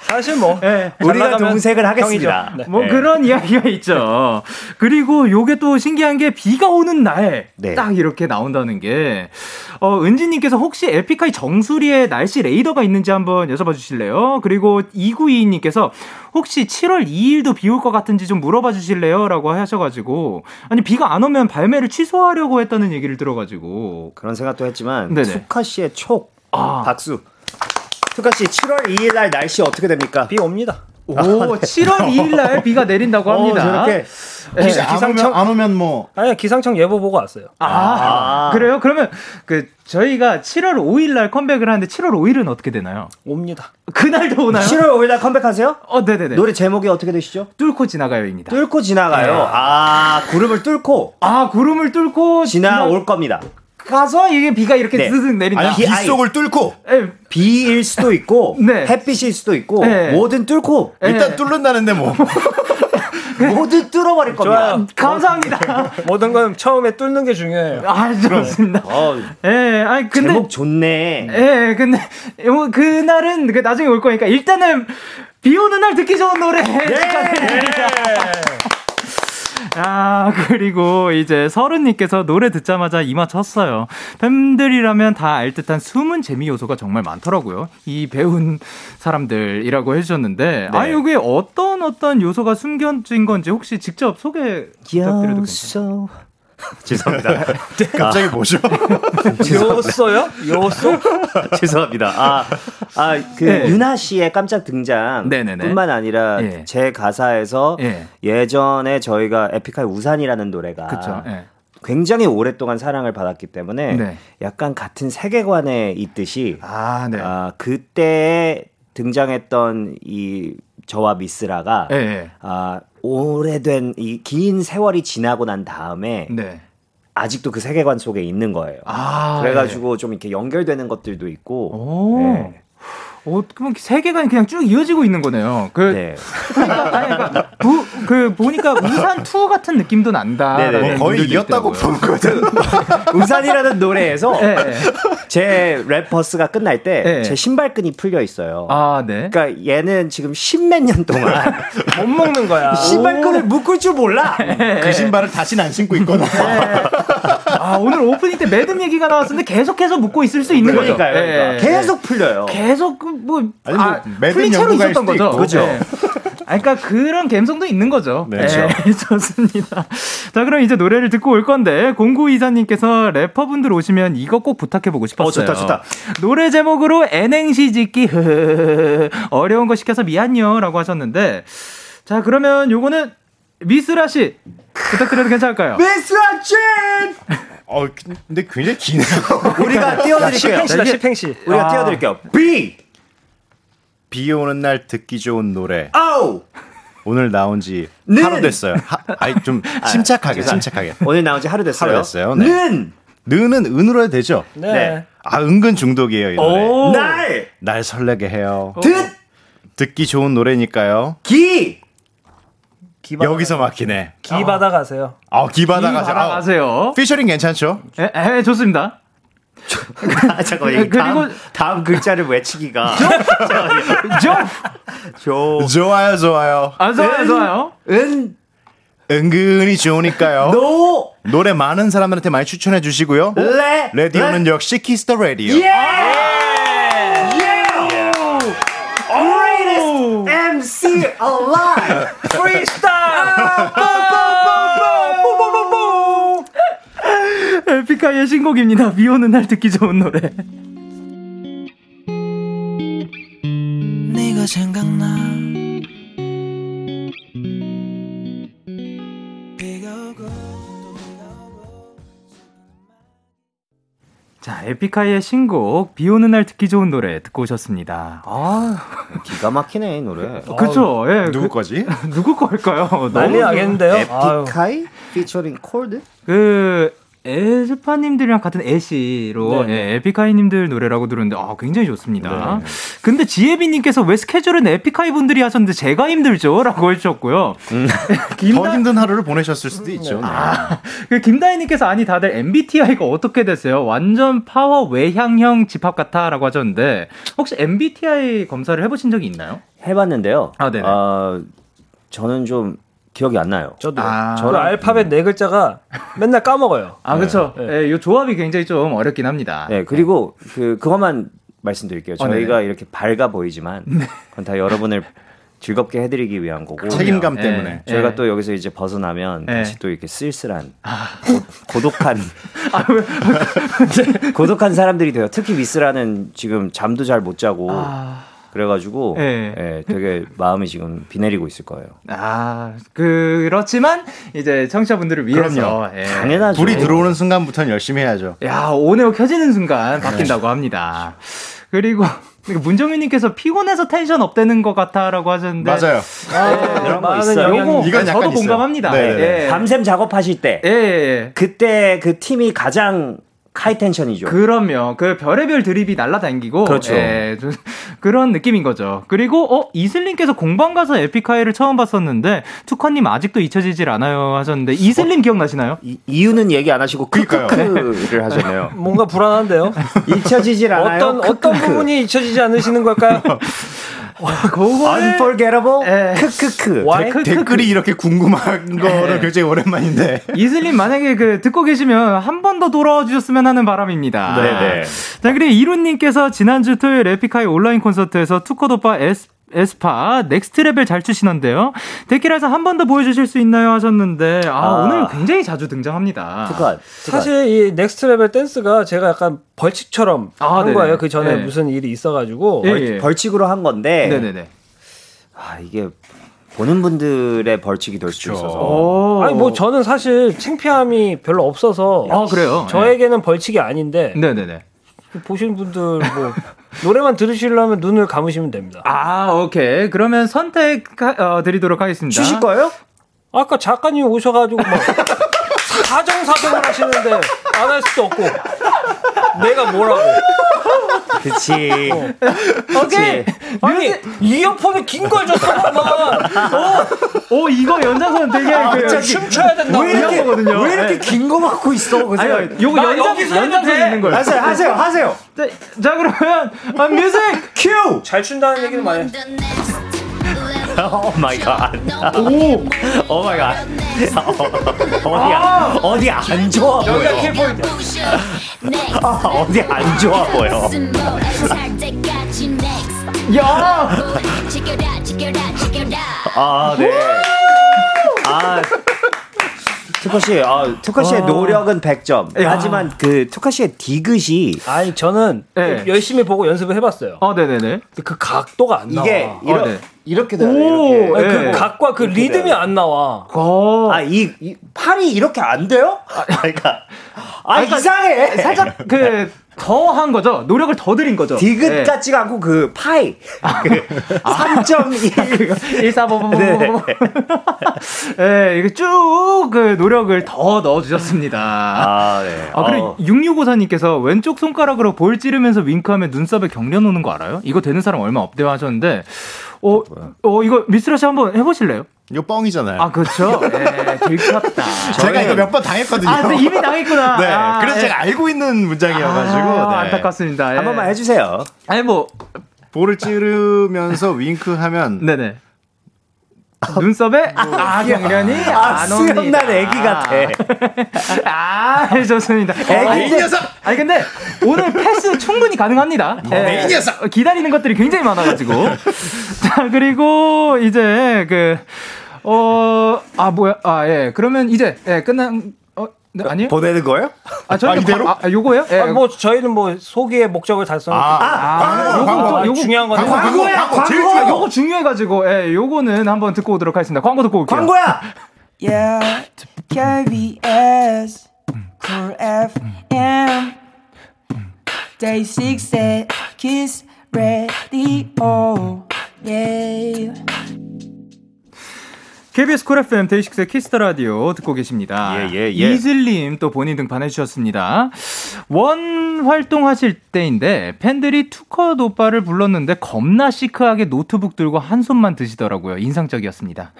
S10: 사실 뭐
S3: 예.
S10: 잘
S8: [LAUGHS] 네. 우리가
S10: 나가면
S8: 동생을 하겠습니다
S10: 형이죠. 네.
S3: 뭐
S8: 네.
S3: 그런 이야기가 있죠. 그리고 요게 또 신기한 게 비가 오는 날
S8: 네.
S3: 딱 이렇게 나온다는 게 어, 은지님께서 혹시 에픽하이 정수리에 날씨 레이더가 있는지 한번 여쭤봐 주실래요? 그리고 2922님께서 혹시 7월 2일도 비 올 것 같은지 좀 물어봐 주실래요? 라고 하셔가지고 아니 비가 안 오면 발매를 취소하려고 했다는 얘기를 들어가지고
S8: 그런 생각도 했지만
S3: 네네.
S8: 투카 씨의 촉
S3: 아.
S8: 박수 투카 씨 7월 2일 날 날씨 어떻게 됩니까?
S10: 비 옵니다.
S3: 오 7월 2일 날 비가 내린다고 네. 합니다.
S9: 아, 네. [LAUGHS] 어, 저렇게
S3: 예,
S9: 기사 안 오면, 안 오면 뭐
S10: 아니 기상청 예보 보고 왔어요.
S3: 아, 그래요? 그러면 그 저희가 7월 5일 날 컴백을 하는데 7월 5일은 어떻게 되나요?
S10: 옵니다.
S3: 그날도 오나요?
S8: 7월 5일 날 컴백하세요?
S3: 어, 네네네.
S8: 노래 제목이 어떻게 되시죠?
S3: 뚫고 지나가요입니다.
S8: 뚫고 지나가요.
S3: 네.
S8: 아 구름을 뚫고
S3: 아, 구름을 뚫고
S8: 지나올 겁니다.
S3: 가서 이게 비가 이렇게
S8: 네.
S3: 스슥 내린다.
S9: 아니
S8: 비- 아이.
S9: 빗속을 뚫고
S3: 예,
S8: 비일 수도 있고
S3: [LAUGHS] 네.
S8: 햇빛일 수도 있고
S3: 네.
S8: 뭐든 뚫고
S3: 예.
S9: 일단 뚫는다는데 뭐
S3: 네.
S8: 뭐든 뚫어버릴 겁니다.
S10: 좋아요.
S3: 감사합니다.
S10: 모든 건 처음에 뚫는 게 중요해요.
S3: 아, 좋습니다.
S8: 어,
S3: 예, 아니 근데
S8: 제목 좋네.
S3: 예, 근데 뭐 그날은 그 나중에 올 거니까 일단은 비 오는 날 듣기 좋은 노래 축하드립니다. 아, 그리고 이제 서른님께서 노래 듣자마자 이마 쳤어요. 팬들이라면 다 알 듯한 숨은 재미 요소가 정말 많더라고요. 이 배운 사람들이라고 해주셨는데, 아, 여기 어떤 어떤 요소가 숨겨진 건지 혹시 직접 소개 부탁드려도 괜찮아요?
S8: So- 죄송합니다.
S9: 갑자기 뭐죠?
S10: 요소요?
S3: [LAUGHS]
S10: 요소?
S8: [LAUGHS] 죄송합니다. 아, 아, 그,
S3: 네.
S8: 윤하 씨의 깜짝 등장
S3: 네네네.
S8: 뿐만 아니라
S3: 예.
S8: 제 가사에서
S3: 예.
S8: 예. 전에 저희가 에픽하이 우산이라는 노래가
S3: 그쵸. 예.
S8: 굉장히 오랫동안 사랑을 받았기 때문에
S3: 네.
S8: 약간 같은 세계관에 있듯이
S3: 아, 네.
S8: 아, 그때 등장했던 이 저와 미스라가
S3: 예, 예.
S8: 아, 오래된 이 긴 세월이 지나고 난 다음에
S3: 네.
S8: 아직도 그 세계관 속에 있는 거예요.
S3: 아, 예.
S8: 그래가지고 좀 이렇게 연결되는 것들도 있고.
S3: 오.
S8: 네.
S3: 어, 그럼 세계관이 그냥 쭉 이어지고 있는 거네요. 그,
S8: 네.
S3: 부, 그 보니까 우산 투어 같은 느낌도 난다.
S8: 네, 네.
S9: 뭐 거의 이겼다고 본 거죠.
S8: 우산이라는 노래에서
S3: [LAUGHS] 예, 예.
S8: 제 랩버스가 끝날 때
S3: 네.
S8: 제 신발끈이 풀려 있어요.
S3: 아, 네.
S8: 그러니까 얘는 지금 십몇 년 동안
S3: [LAUGHS]
S10: 못 먹는 거야.
S8: 신발끈을 묶을 줄 몰라.
S10: 네.
S9: [LAUGHS] 그 신발을 다시는 안 신고 있거나.
S3: 아, 오늘 오프닝 때 매듭 얘기가 나왔었는데 계속해서 묻고 있을 수 있는 거죠.
S8: 그러니까요. 그러니까.
S3: 예, 예.
S8: 계속 풀려요.
S10: 네.
S3: 계속 그 뭐,
S9: 아니, 뭐
S3: 아,
S9: 매듭
S3: 풀린 채로
S9: 연구가일
S3: 있었던
S9: 수도
S3: 거죠.
S9: 있고.
S8: 그죠.
S3: 예. 아, 그러니까 그런 감성도 있는 거죠.
S9: 네,
S3: 예, [LAUGHS] 좋습니다. 자, 그럼 이제 노래를 듣고 올 건데 공구 이사님께서 래퍼분들 오시면 이거 꼭 부탁해 보고 싶었어요.
S9: 좋다, 좋다.
S3: 노래 제목으로 N행시 짓기 [LAUGHS] 흐흐흐흐. 어려운 거 시켜서 미안요라고 하셨는데 자, 그러면 요거는 미스라 씨 부탁드려도 괜찮을까요?
S9: 네. 어, 근데 굉장히 기네요. [LAUGHS]
S8: 우리가 띄워드릴게요.
S10: 실팽시다 실팽시. 아,
S8: 우리가 띄워드릴게요. B
S9: 비 오는 날 듣기 좋은 노래.
S8: O
S9: 오늘 나온 지
S8: 아! 는.
S9: 하루 됐어요. 하, 아니, 좀 침착하게, 침착하게.
S8: 오늘 나온 지 하루 됐어요.
S9: 하루 됐어요, 네.
S8: 는
S9: 느는 은으로 해도 되죠?
S10: 네.
S8: 네.
S9: 아, 은근 중독이에요, 이 노래.
S8: 날,
S9: 날 설레게 해요.
S8: 듣,
S9: 듣기 좋은 노래니까요.
S8: 기,
S10: 기바,
S9: 여기서 막히네.
S10: 기바다 가세요.
S9: 아, 기바다
S3: 이 바다
S9: 가자.
S3: 가세요.
S9: 피처링 괜찮죠?
S3: 에, 에, 좋습니다.
S8: 아, 잠깐만, 이게 다음,
S3: [LAUGHS] 그리고-
S8: 다음 글자를 외치기가.
S3: 좀!
S8: 조,
S9: 좋아요, 좋아요.
S3: 아, 좋아요,
S8: 은,
S3: 좋아요.
S8: 은,
S3: [LAUGHS]
S9: 은근히 좋으니까요.
S8: 노,
S9: 노래 많은 사람들한테 많이 추천해 주시고요.
S8: 레,
S9: 라디오는
S8: 레-
S9: 역시 키스 더 라디오.
S8: 예! 예! Greatest MC alive!
S3: 에픽하이의 신곡입니다. 비 오는 날 듣기 좋은 노래.
S1: 네가 생각나 비가 오고
S3: 자, 에픽하이의 신곡, 비 오는 날 듣기 좋은 노래 듣고 오셨습니다. 아,
S8: 기가 막히네, 이 노래.
S3: 그쵸. 예.
S9: 아, 누구
S3: 그,
S9: 거지?
S3: 누구 걸까요?
S10: 난리
S3: 너무-
S10: 나겠는데요. 아유.
S8: 에픽하이? 피처링 콜드?
S3: 그, 에스파님들이랑 같은 애쉬로 예, 에픽하이님들 노래라고 들었는데, 아, 굉장히 좋습니다. 근데 지혜비님께서 왜 스케줄은 에픽하이 분들이 하셨는데 제가 힘들죠? 라고 해주셨고요. [LAUGHS]
S9: 더 힘든 하루를 보내셨을 수도
S3: 음.
S9: 있죠. 네.
S3: 그 김다희님께서 아니 다들 MBTI가 어떻게 되세요? 완전 파워 외향형 집합 같아라고 하셨는데 혹시 MBTI 검사를 해보신 적이 있나요?
S8: 해봤는데요.
S3: 아, 네네.
S8: 어, 저는 좀 기억이 안 나요.
S10: 저도
S3: 아.
S10: 저 알파벳 네 글자가 맨날 까먹어요.
S3: 아 그렇죠. 예, 요 조합이 굉장히 좀 어렵긴
S10: 아,
S3: 합니다.
S8: 네, 그리고 그 그것만 말씀드릴게요.
S3: 어,
S8: 저희가 이렇게 밝아 보이지만
S10: 네.
S8: 그건 다 여러분을 즐겁게 해드리기 위한 거고
S9: 뭐 책임감
S3: 예,
S9: 때문에.
S3: 예.
S8: 저희가 또 여기서 이제 벗어나면
S3: 예.
S8: 다시 또 이렇게 쓸쓸한 고, 고독한
S3: 아, 왜-
S8: 고독한 사람들이 돼요. 특히 미스라는 지금 잠도 잘 못 자고
S3: 아,
S8: 그래가지고
S3: 예.
S8: 예, 되게 마음이 지금 비 내리고 있을 거예요.
S3: 아, 그렇지만 이제 청취자분들을 위해서 예.
S8: 당연하죠.
S9: 불이 들어오는 순간부터는 열심히 해야죠.
S3: 야 오네오 켜지는 순간 바뀐다고 합니다. 그리고 문정윤님께서 피곤해서 텐션 업되는 것 같아라고 하셨는데
S9: 맞아요.
S8: 그런 거
S10: 많은
S8: 있어요.
S10: 영향이
S3: 요거
S9: 이건 약간
S3: 저도
S9: 있어요.
S3: 공감합니다.
S9: 네, 네,
S3: 예.
S8: 밤샘 작업하실 때
S3: 예, 예, 예.
S8: 그때 그 팀이 가장 하이 텐션이죠.
S3: 그럼요. 그 별의별 드립이 날라다니고
S8: 그렇죠.
S3: 예, 좀 그런 느낌인 거죠. 그리고 어 이슬님께서 공방 가서 에픽하이를 처음 봤었는데 투카님 아직도 잊혀지질 않아요 하셨는데
S9: 어?
S3: 이슬님 기억나시나요?
S8: 이, 이유는 얘기 안 하시고
S9: 그러니까요.
S10: [LAUGHS]
S8: 크크크를 하셨네요.
S10: 뭔가 불안한데요.
S8: 잊혀지질 않아요.
S10: 어떤 어떤 부분이 잊혀지지 않으시는 걸까요?
S3: 그거를 예.
S8: unforgettable 크크크.
S10: 와, 아이,
S3: 그- 그-
S9: [LAUGHS] 댓글이 이렇게 궁금한
S3: 네.
S9: 거를 굉장히 오랜만인데.
S3: 이슬님 만약에 그 듣고 계시면 한 번 더 돌아와 주셨으면 하는 바람입니다.
S9: 네네.
S3: 자 그리고 이루님께서 지난주 토요일 에픽하이 온라인 콘서트에서 투컷 오빠 에스 에스파 넥스트 레벨 잘 추시는데요. 데키라에서 한 번 더 보여주실 수 있나요 하셨는데 아,
S8: 아.
S3: 오늘 굉장히 자주 등장합니다.
S8: 투컷. 사실
S10: 사실 이 넥스트 레벨 댄스가 제가 약간 벌칙처럼
S3: 아,
S10: 한
S3: 네네.
S10: 거예요. 그 전에
S3: 예.
S10: 무슨 일이 있어가지고
S3: 예, 예.
S8: 네. 벌칙으로 한 건데
S3: 네네네.
S8: 아 이게 보는 분들의 벌칙이 될 수도 있어서
S6: 오.
S10: 아니 뭐 저는 사실 창피함이 별로 없어서
S3: 아, 그래요?
S10: 저에게는 벌칙이 아닌데
S3: 네네네.
S10: 보신 분들 뭐 노래만 들으시려면 눈을 감으시면 됩니다.
S3: 아, 오케이. 그러면 선택 어, 드리도록 하겠습니다.
S8: 주실 거예요?
S10: 아까 작가님 오셔가지고 막 사정사정을 하시는데 안 할 수도 없고 내가 뭐라고
S9: [LAUGHS]
S8: 그치.
S10: 오케이 아니 이어폰을 긴 걸 줬어 막
S3: 오, 이거 연장선 되게
S10: 어,
S3: 그
S10: 춤춰야 된다고 뭐
S3: 왜 이렇게- 거거든요.
S8: 왜
S3: 네.
S8: 이렇게 긴 거 갖고 있어? 그죠?
S3: 아니, 요거
S10: 나
S3: 연장
S10: 여기서 해도
S3: 연장선
S10: 돼.
S3: 있는 거예요.
S8: 하세요, 하세요, 하세요.
S3: 자, 자 그러면 아, 뮤직
S8: 큐!
S10: 잘 춘다는 얘기는 많이 해.
S8: 오 마이 갓. 오! 오 마이 갓.
S3: 아.
S8: 어디야? 어디 안 좋아
S10: 여기가
S8: 보여.
S10: 키포인트
S8: 아, 어디 안 좋아 보여.
S3: [LAUGHS] 야!
S8: 아, 네. 아. 투카 씨, 아, 투카 씨의 노력은 100점. 하지만 그 투카 씨의 디귿이
S10: 아니 저는
S3: 네.
S10: 열심히 보고 연습을 해봤어요
S3: 어, 네네네.
S10: 근데 그 각도가 안 나와
S8: 이게
S10: 아니,
S8: 이러,
S3: 어, 네.
S9: 이렇게 돼야 돼. 이렇게.
S3: 예.
S10: 그 각과 그 리듬이 안 나와
S3: 어.
S8: 아, 이, 이 팔이 이렇게 안 돼요? 아, 그러니까 아, 이상해.
S3: 살짝 그 더 한 거죠. 노력을 더 드린 거죠.
S8: 디귿
S3: 네.
S8: 같지가 않고 그 파이. 그 3.1.
S3: 1455. 네. 예, 이게 쭉그 노력을 더 넣어 주셨습니다.
S8: 아, 네.
S3: 아, 그리고 6654님께서 왼쪽 손가락으로 볼 찌르면서 윙크하면 눈썹에 경련 오는 거 알아요? 이거 되는 사람 얼마 없대요 하셨는데, 어, 어, 이거 미스라 씨 한번 해보실래요?
S9: 이거 뻥이잖아요.
S3: 아, 그렇죠? 예, 들켰다.
S9: 제가 이거 몇 번 당했거든요.
S3: 아, 근데 이미 당했구나.
S9: [LAUGHS] 네.
S3: 아,
S9: 그래서
S3: 예.
S9: 제가 알고 있는 문장이어가지고.
S3: 아,
S9: 네.
S3: 안타깝습니다. 예.
S8: 한 번만 해주세요.
S3: 아니, 뭐,
S9: 볼을 찌르면서 윙크하면
S3: 네네. 눈썹에 아 경련이
S8: 아,
S3: 안 옵니다.
S8: 수염난 애기 같아.
S3: 아 좋습니다.
S9: 아, 이
S3: 애기
S9: 녀석!
S3: 아니 근데 오늘 패스 충분히 가능합니다. 예.
S9: 어, 네, 이 뭐, 녀석!
S3: 기다리는 것들이 굉장히 많아가지고 [LAUGHS] 자 그리고 이제 그어아 뭐야 아 예 그러면 이제 예 끝난 어 네, 아니요
S8: 보내는 거예요?
S3: 아 저희
S9: 아, 이대로?
S3: 아, 아 요거요 예
S10: 아, 뭐 저희는 뭐 소기의 목적을
S9: 아,
S10: 달성했기 때문에
S3: 아,
S9: 광고,
S3: 요거
S9: 광고,
S3: 좀-
S10: 아,
S3: 요거
S10: 중요한 거는
S9: 광고, 광고, 광고, 제일
S3: 아,
S9: 중요한
S3: 요거
S9: 거.
S3: 중요해가지고 예 요거는 한번 듣고 오도록 하겠습니다. 광고 듣고 올게요.
S8: 광고야!
S7: Yeah, KBS, Cool FM, Day 6 의 Kiss Radio, yeah.
S3: KBS 쿨 FM 데이식스의 키스터 라디오 듣고 계십니다.
S8: 예, 예, 예.
S3: 이슬님 또 본인 등판해 주셨습니다. 원 활동하실 때인데 팬들이 투컷 오빠를 불렀는데 겁나 시크하게 노트북 들고 한 손만 드시더라고요. 인상적이었습니다. [LAUGHS]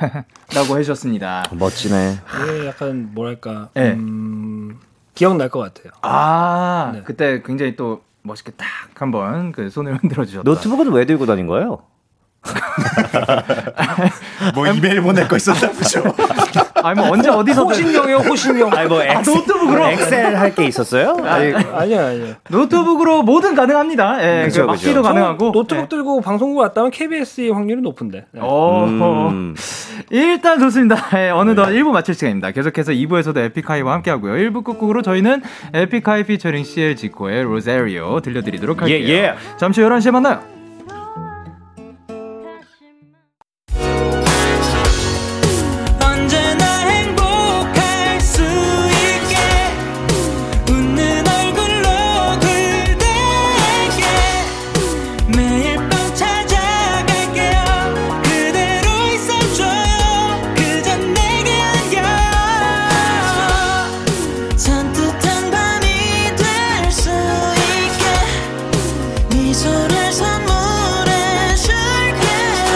S3: 라고 해주셨습니다.
S8: 아, 멋지네.
S10: 이게 약간 뭐랄까
S3: 예.
S10: 음, 기억날 것 같아요
S3: 아,
S10: 네.
S3: 그때 굉장히 또 멋있게 딱 한번 그 손을 흔들어 주셨다.
S8: 노트북은 왜 들고 다닌 거예요?
S9: 뭐 이메일 보낼 거 있었나 보죠.
S3: 아니 뭐 언제
S10: [LAUGHS]
S3: 어디서든
S10: 호신용이요 호신용
S8: 아니 뭐 엑셀,
S3: 노트북으로?
S8: 엑셀 할 게 있었어요? 아니,
S10: 아니야 아니야
S3: 노트북으로 뭐든 가능합니다. 예,
S8: 그죠,
S3: 그 막기도
S8: 그죠.
S3: 가능하고
S10: 노트북
S3: 예.
S10: 들고 네. 방송국 왔다면 KBS의 확률이 높은데 네.
S3: 어,
S8: 음,
S3: 일단 좋습니다. 예, 어느덧 1부 마칠 시간입니다. 계속해서 2부에서도 에픽하이와 함께 하고요. 1부 끝곡으로 저희는 에픽하이 피처링 CL 지코의 로제리오 들려드리도록 할게요.
S8: 예, 예.
S3: 잠시 후 11시에 만나요.
S1: 언제나 행복할 수 있게 웃는 얼굴로 그대에게 매일 밤 찾아갈게요 그대로 있어줘요 그저 내게 안겨 산뜻한 밤이 될 수네 있게 미소를 선물해 줄게요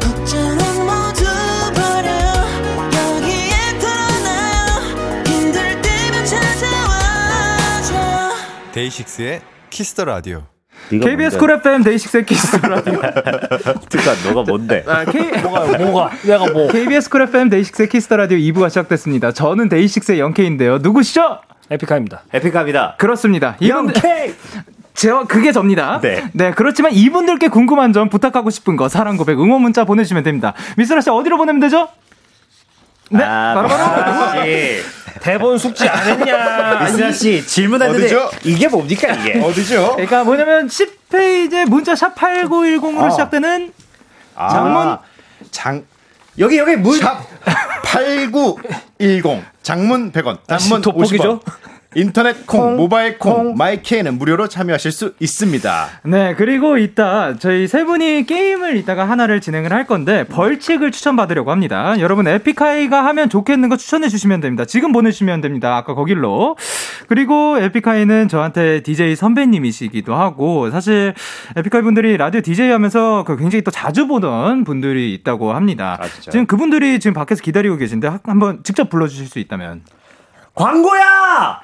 S1: 걱정은 모두 버려 여기에 털어놔요 힘들 때면 찾아와줘
S2: 데이식스의 키스터 라디오.
S8: 네가
S3: KBS 쿨
S8: 뭔데?
S3: FM 데이식스 키스 라디오.
S8: 그러니까 너가 뭔데?
S3: 아, K... [LAUGHS]
S10: 뭐가 내가 뭐
S3: KBS 쿨 FM 데이식스 키스 라디오 2부가 시작됐습니다. 저는 데이식스의 영케인데요. 누구시죠?
S10: 에픽하입니다
S8: 에픽합니다.
S3: 그렇습니다. 이분들
S8: 영케이.
S3: 제가 그게 접니다.
S8: 네.
S3: 그렇지만 이분들께 궁금한 점 부탁하고 싶은 거 사랑 고백 응원 문자 보내주시면 됩니다. 미스라 씨 어디로 보내면 되죠? 네.
S8: 아,
S3: 바로바로.
S8: 미스라 씨.
S10: 대본 숙지 안 했냐
S8: 미스라 씨 질문했는데
S9: 어디죠?
S8: 이게 뭡니까 이게?
S9: 어디죠?
S3: 그러니까 뭐냐면 10페이지에 문자 샵 8910으로 시작되는 장문
S9: 장 여기 여기 문. 샵8910 장문 100원. 단문
S6: 돋보기죠?
S9: 50원. 인터넷 콩, 모바일 콩, 마이케이는 무료로 참여하실 수 있습니다.
S3: 네, 그리고 이따 저희 세 분이 게임을 이따가 하나를 진행을 할 건데 벌칙을 추천받으려고 합니다. 여러분 에픽하이가 하면 좋겠는 거 추천해 주시면 됩니다. 지금 보내주시면 됩니다. 아까 거길로. 그리고 에픽하이는 저한테 DJ 선배님이시기도 하고 사실 에픽하이 분들이 라디오 DJ 하면서 그 굉장히 또 자주 보던 분들이 있다고 합니다. 지금 그분들이 지금 밖에서 기다리고 계신데 하- 한번 직접 불러주실 수 있다면.
S8: 광고야!